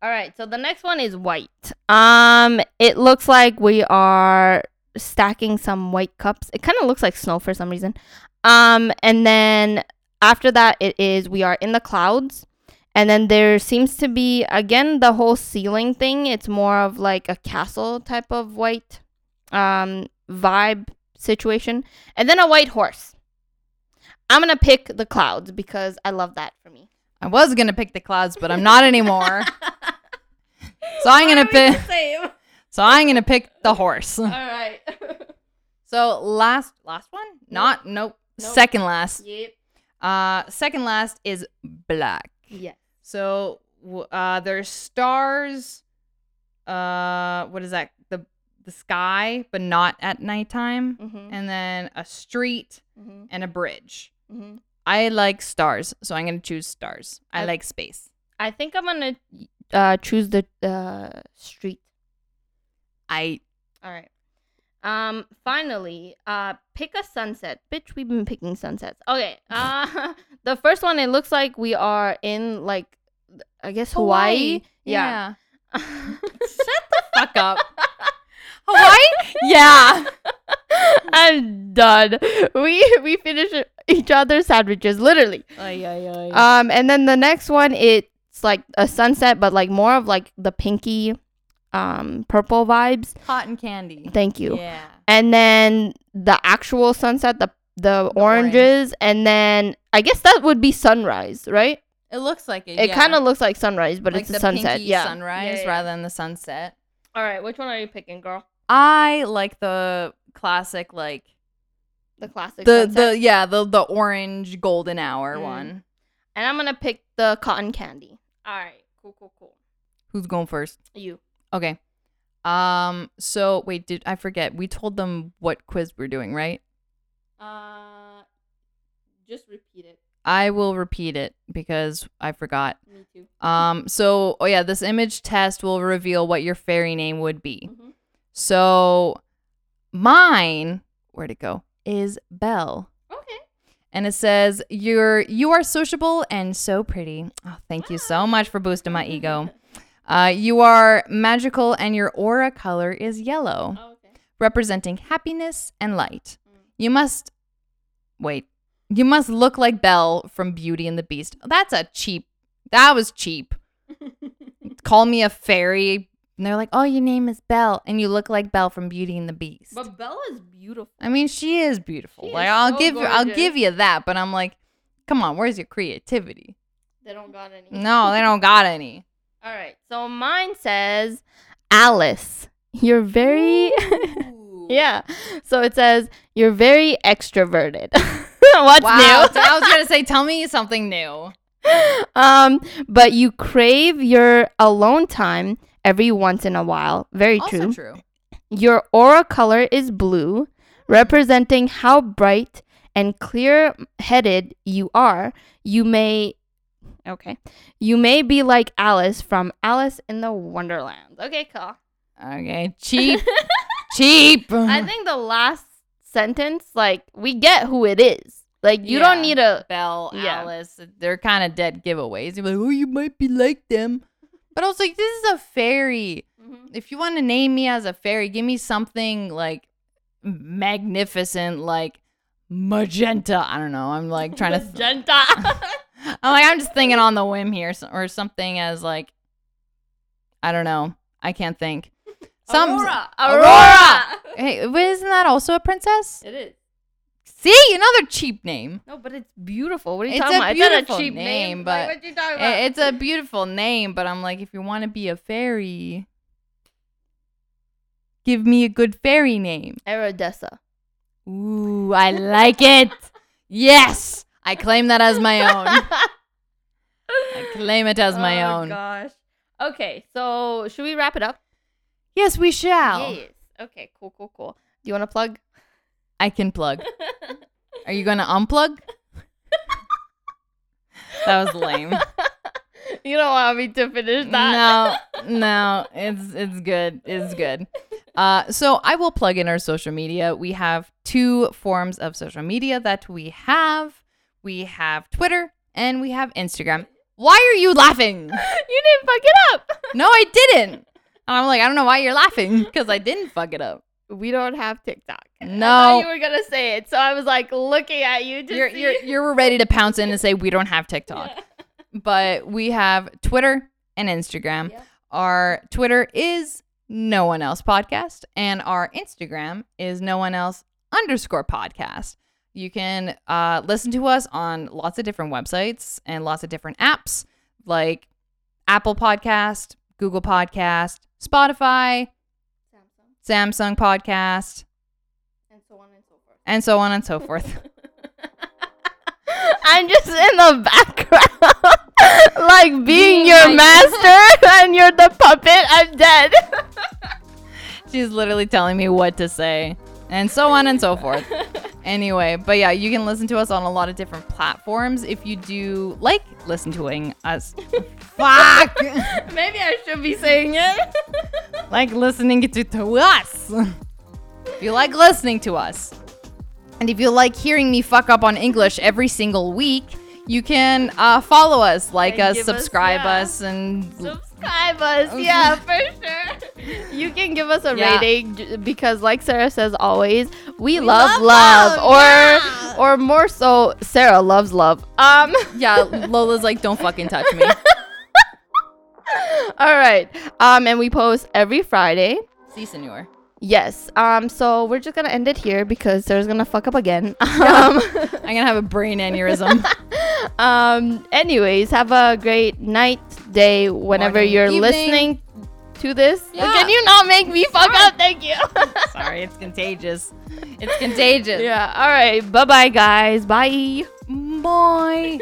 [SPEAKER 2] All right, so the next one is white. Um, it looks like we are stacking some white cups. It kind of looks like snow for some reason. Um, and then after that, it is we are in the clouds, and then there seems to be again the whole ceiling thing. It's more of like a castle type of white, um, vibe situation, and then a white horse. I'm gonna pick the clouds because I love that for me.
[SPEAKER 1] I was gonna pick the clouds, but I'm
[SPEAKER 2] [LAUGHS]
[SPEAKER 1] not anymore. so I'm gonna pick
[SPEAKER 2] Same. [LAUGHS]
[SPEAKER 1] so I'm gonna pick the horse. [LAUGHS]
[SPEAKER 2] All right. [LAUGHS]
[SPEAKER 1] So last last one? Not nope.
[SPEAKER 2] Nope.
[SPEAKER 1] Second last.
[SPEAKER 2] yep.
[SPEAKER 1] Uh second last is black.
[SPEAKER 2] Yeah.
[SPEAKER 1] So w- uh, there's stars. Uh, what is that? The the sky, but not at nighttime.
[SPEAKER 2] Mm-hmm.
[SPEAKER 1] And then a street
[SPEAKER 2] Mm-hmm.
[SPEAKER 1] and a bridge.
[SPEAKER 2] Mm-hmm.
[SPEAKER 1] I like stars, so I'm gonna choose stars. I
[SPEAKER 2] I-
[SPEAKER 1] like space.
[SPEAKER 2] I think I'm gonna uh, choose the uh, street.
[SPEAKER 1] I
[SPEAKER 2] All right. Um. Finally, uh, pick a sunset, bitch. We've been picking sunsets. Okay. Uh, [LAUGHS] the first one. It looks like we are in like, I guess Hawaii. Yeah. [LAUGHS]
[SPEAKER 1] Shut the fuck up. Hawaii? Yeah.
[SPEAKER 2] [LAUGHS] I'm done. We we finish each other's sandwiches literally.
[SPEAKER 1] [LAUGHS] Ay, ay, ay.
[SPEAKER 2] Um, and then the next one, it's like a sunset, but like more of like the pinky, um, purple vibes.
[SPEAKER 1] Cotton candy.
[SPEAKER 2] Thank you.
[SPEAKER 1] Yeah.
[SPEAKER 2] And then the actual sunset, the the,
[SPEAKER 1] orange.
[SPEAKER 2] oranges, and then I guess that would be sunrise, right?
[SPEAKER 1] It looks like it.
[SPEAKER 2] It
[SPEAKER 1] yeah.
[SPEAKER 2] kind of looks like sunrise, but
[SPEAKER 1] like
[SPEAKER 2] it's
[SPEAKER 1] the
[SPEAKER 2] a sunset.
[SPEAKER 1] pinky
[SPEAKER 2] Yeah.
[SPEAKER 1] sunrise
[SPEAKER 2] Yeah, yeah.
[SPEAKER 1] rather than the sunset.
[SPEAKER 2] All right, which one are you picking, girl?
[SPEAKER 1] I like the classic like
[SPEAKER 2] The classic.
[SPEAKER 1] the
[SPEAKER 2] sunset.
[SPEAKER 1] the yeah, the the orange golden hour
[SPEAKER 2] Mm.
[SPEAKER 1] one.
[SPEAKER 2] and I'm gonna pick the cotton candy. All right, cool, cool, cool.
[SPEAKER 1] Who's going first?
[SPEAKER 2] You.
[SPEAKER 1] Okay. Um so wait, did I forget? We told them what quiz we're doing, right?
[SPEAKER 2] Uh, just repeat it.
[SPEAKER 1] I will repeat it because I forgot.
[SPEAKER 2] Me too.
[SPEAKER 1] Um, so oh yeah, this image test will reveal what your fairy name would be.
[SPEAKER 2] Mm-hmm.
[SPEAKER 1] So mine, where'd it go? Is Belle.
[SPEAKER 2] Okay.
[SPEAKER 1] And it says, You're you are sociable and so pretty. Oh, thank you so much for boosting
[SPEAKER 2] [LAUGHS]
[SPEAKER 1] my ego. Uh, you are magical and your aura color is yellow,
[SPEAKER 2] okay.
[SPEAKER 1] representing happiness and light. You must wait. You must look like Belle from Beauty and the Beast. That's a cheap that was cheap. Call me a fairy. And they're like, Oh, your name is Belle, and you look like Belle from Beauty and the Beast.
[SPEAKER 2] [LAUGHS] But Bella is beautiful.
[SPEAKER 1] I mean, she is beautiful.
[SPEAKER 2] She
[SPEAKER 1] like
[SPEAKER 2] is
[SPEAKER 1] I'll
[SPEAKER 2] so
[SPEAKER 1] give I'll
[SPEAKER 2] gorgeous.
[SPEAKER 1] give you that, but I'm like, come on, where's your creativity?
[SPEAKER 2] They don't got any.
[SPEAKER 1] No, they don't got any.
[SPEAKER 2] All right. So mine says, Alice, [LAUGHS] you're very. [LAUGHS] yeah. So it says, you're very extroverted. [LAUGHS] What's
[SPEAKER 1] Wow.
[SPEAKER 2] new?
[SPEAKER 1] so I was gonna say, tell me something new.
[SPEAKER 2] Um, but you crave your alone time every once in a while. [LAUGHS] Very true.
[SPEAKER 1] Also true.
[SPEAKER 2] Your aura color is blue, representing how bright and clear headed you are. You may Okay. You may be like Alice from Alice in the Wonderland. Okay, cool.
[SPEAKER 1] Okay,
[SPEAKER 2] [LAUGHS]
[SPEAKER 1] cheap, cheap.
[SPEAKER 2] I think the last sentence, like, we get who it is. Like you
[SPEAKER 1] Yeah.
[SPEAKER 2] don't need a
[SPEAKER 1] [LAUGHS] Belle,
[SPEAKER 2] Yeah.
[SPEAKER 1] Alice, they're kind of dead giveaways. You're like, oh, you might be like them, but also like, this is a fairy.
[SPEAKER 2] Mm-hmm.
[SPEAKER 1] If you want to name me as a fairy, give me something like magnificent, like magenta. I don't know. I'm like trying to. th-
[SPEAKER 2] [LAUGHS]
[SPEAKER 1] I'm like I'm just thinking on the whim here, so- or something as like, I don't know. I can't think. Some
[SPEAKER 2] [LAUGHS] Aurora.
[SPEAKER 1] Aurora! Hey, but isn't that also a princess?
[SPEAKER 2] It is.
[SPEAKER 1] See, another cheap name.
[SPEAKER 2] No, but it's beautiful. What are you
[SPEAKER 1] It's
[SPEAKER 2] talking
[SPEAKER 1] a
[SPEAKER 2] about? It's not
[SPEAKER 1] beautiful
[SPEAKER 2] a cheap
[SPEAKER 1] name,
[SPEAKER 2] name,
[SPEAKER 1] but
[SPEAKER 2] like, what you talking about?
[SPEAKER 1] I- It's a beautiful name, but I'm like, if you want to be a fairy, give me a good fairy name.
[SPEAKER 2] [LAUGHS] Iridessa.
[SPEAKER 1] Ooh, I like it. Yes, I claim that as my own. I claim it as my
[SPEAKER 2] oh,
[SPEAKER 1] own.
[SPEAKER 2] gosh. Okay, so should we wrap it up?
[SPEAKER 1] Yes, we shall.
[SPEAKER 2] Yes. Okay, cool, cool, cool. Do you want to plug?
[SPEAKER 1] I can plug. Are you gonna unplug? [LAUGHS] that was lame.
[SPEAKER 2] [LAUGHS] you don't want me to finish that.
[SPEAKER 1] no, no, it's it's good. It's good. Uh, so I will plug in our social media. We have two forms of social media that we have. We have Twitter and we have Instagram. Why are you laughing?
[SPEAKER 2] [LAUGHS] you didn't fuck it up.
[SPEAKER 1] No, I didn't. And I'm like, I don't know why you're laughing because I didn't fuck it up.
[SPEAKER 2] We don't have TikTok. I
[SPEAKER 1] No.
[SPEAKER 2] thought you were gonna say it, so I was like looking at you to
[SPEAKER 1] You're
[SPEAKER 2] see. [LAUGHS]
[SPEAKER 1] you're you're ready to pounce in and say we don't have TikTok, but we have Twitter and Instagram.
[SPEAKER 2] Yep.
[SPEAKER 1] Our Twitter is no one else podcast, and our Instagram is no one else underscore podcast. You can uh, listen to us on lots of different websites and lots of different apps like Apple Podcast, Google Podcast, Spotify,
[SPEAKER 2] Samsung
[SPEAKER 1] Samsung Podcast,
[SPEAKER 2] and so on and so [LAUGHS] forth.
[SPEAKER 1] and so
[SPEAKER 2] [LAUGHS]
[SPEAKER 1] on and so forth.
[SPEAKER 2] I'm just in the background. [LAUGHS] like being,
[SPEAKER 1] Being [LAUGHS]
[SPEAKER 2] your
[SPEAKER 1] like-
[SPEAKER 2] master [LAUGHS] and you're the puppet. I'm dead. [LAUGHS]
[SPEAKER 1] She's literally telling me what to say and so on and so
[SPEAKER 2] [LAUGHS]
[SPEAKER 1] forth. anyway, but yeah, you can listen to us on a lot of different platforms if you do like listen to
[SPEAKER 2] [LAUGHS]
[SPEAKER 1] us. Fuck!
[SPEAKER 2] Maybe I should be saying it. [LAUGHS]
[SPEAKER 1] like listening to, to us. if you like listening to us. And if you like hearing me fuck up on English every single week, you can uh, follow us, like
[SPEAKER 2] And
[SPEAKER 1] us,
[SPEAKER 2] give us-
[SPEAKER 1] subscribe
[SPEAKER 2] yeah.
[SPEAKER 1] us, and
[SPEAKER 2] Subscribe [LAUGHS] us, yeah, for sure. You can give us a
[SPEAKER 1] Yeah.
[SPEAKER 2] rating j- because, like Sarah says always, we,
[SPEAKER 1] love
[SPEAKER 2] love,
[SPEAKER 1] love,
[SPEAKER 2] love,
[SPEAKER 1] yeah.
[SPEAKER 2] or or more so, Sarah loves love. Um. [LAUGHS]
[SPEAKER 1] yeah, Lola's like, don't fucking touch me.
[SPEAKER 2] All right. Um, and we post every Friday.
[SPEAKER 1] See, senor.
[SPEAKER 2] Yes. Um, so we're just gonna end it here because Sarah's gonna fuck up again. [LAUGHS] Um,
[SPEAKER 1] I'm gonna have a brain aneurysm.
[SPEAKER 2] um. Anyways, have a great night, day, whenever
[SPEAKER 1] Morning,
[SPEAKER 2] you're
[SPEAKER 1] evening.
[SPEAKER 2] listening to this.
[SPEAKER 1] Yeah.
[SPEAKER 2] Can you not make me fuck up? Thank you.
[SPEAKER 1] [LAUGHS]
[SPEAKER 2] [LAUGHS]
[SPEAKER 1] Sorry, it's contagious. [LAUGHS] It's contagious.
[SPEAKER 2] yeah. All right. Bye, bye, guys. Bye.
[SPEAKER 1] Bye.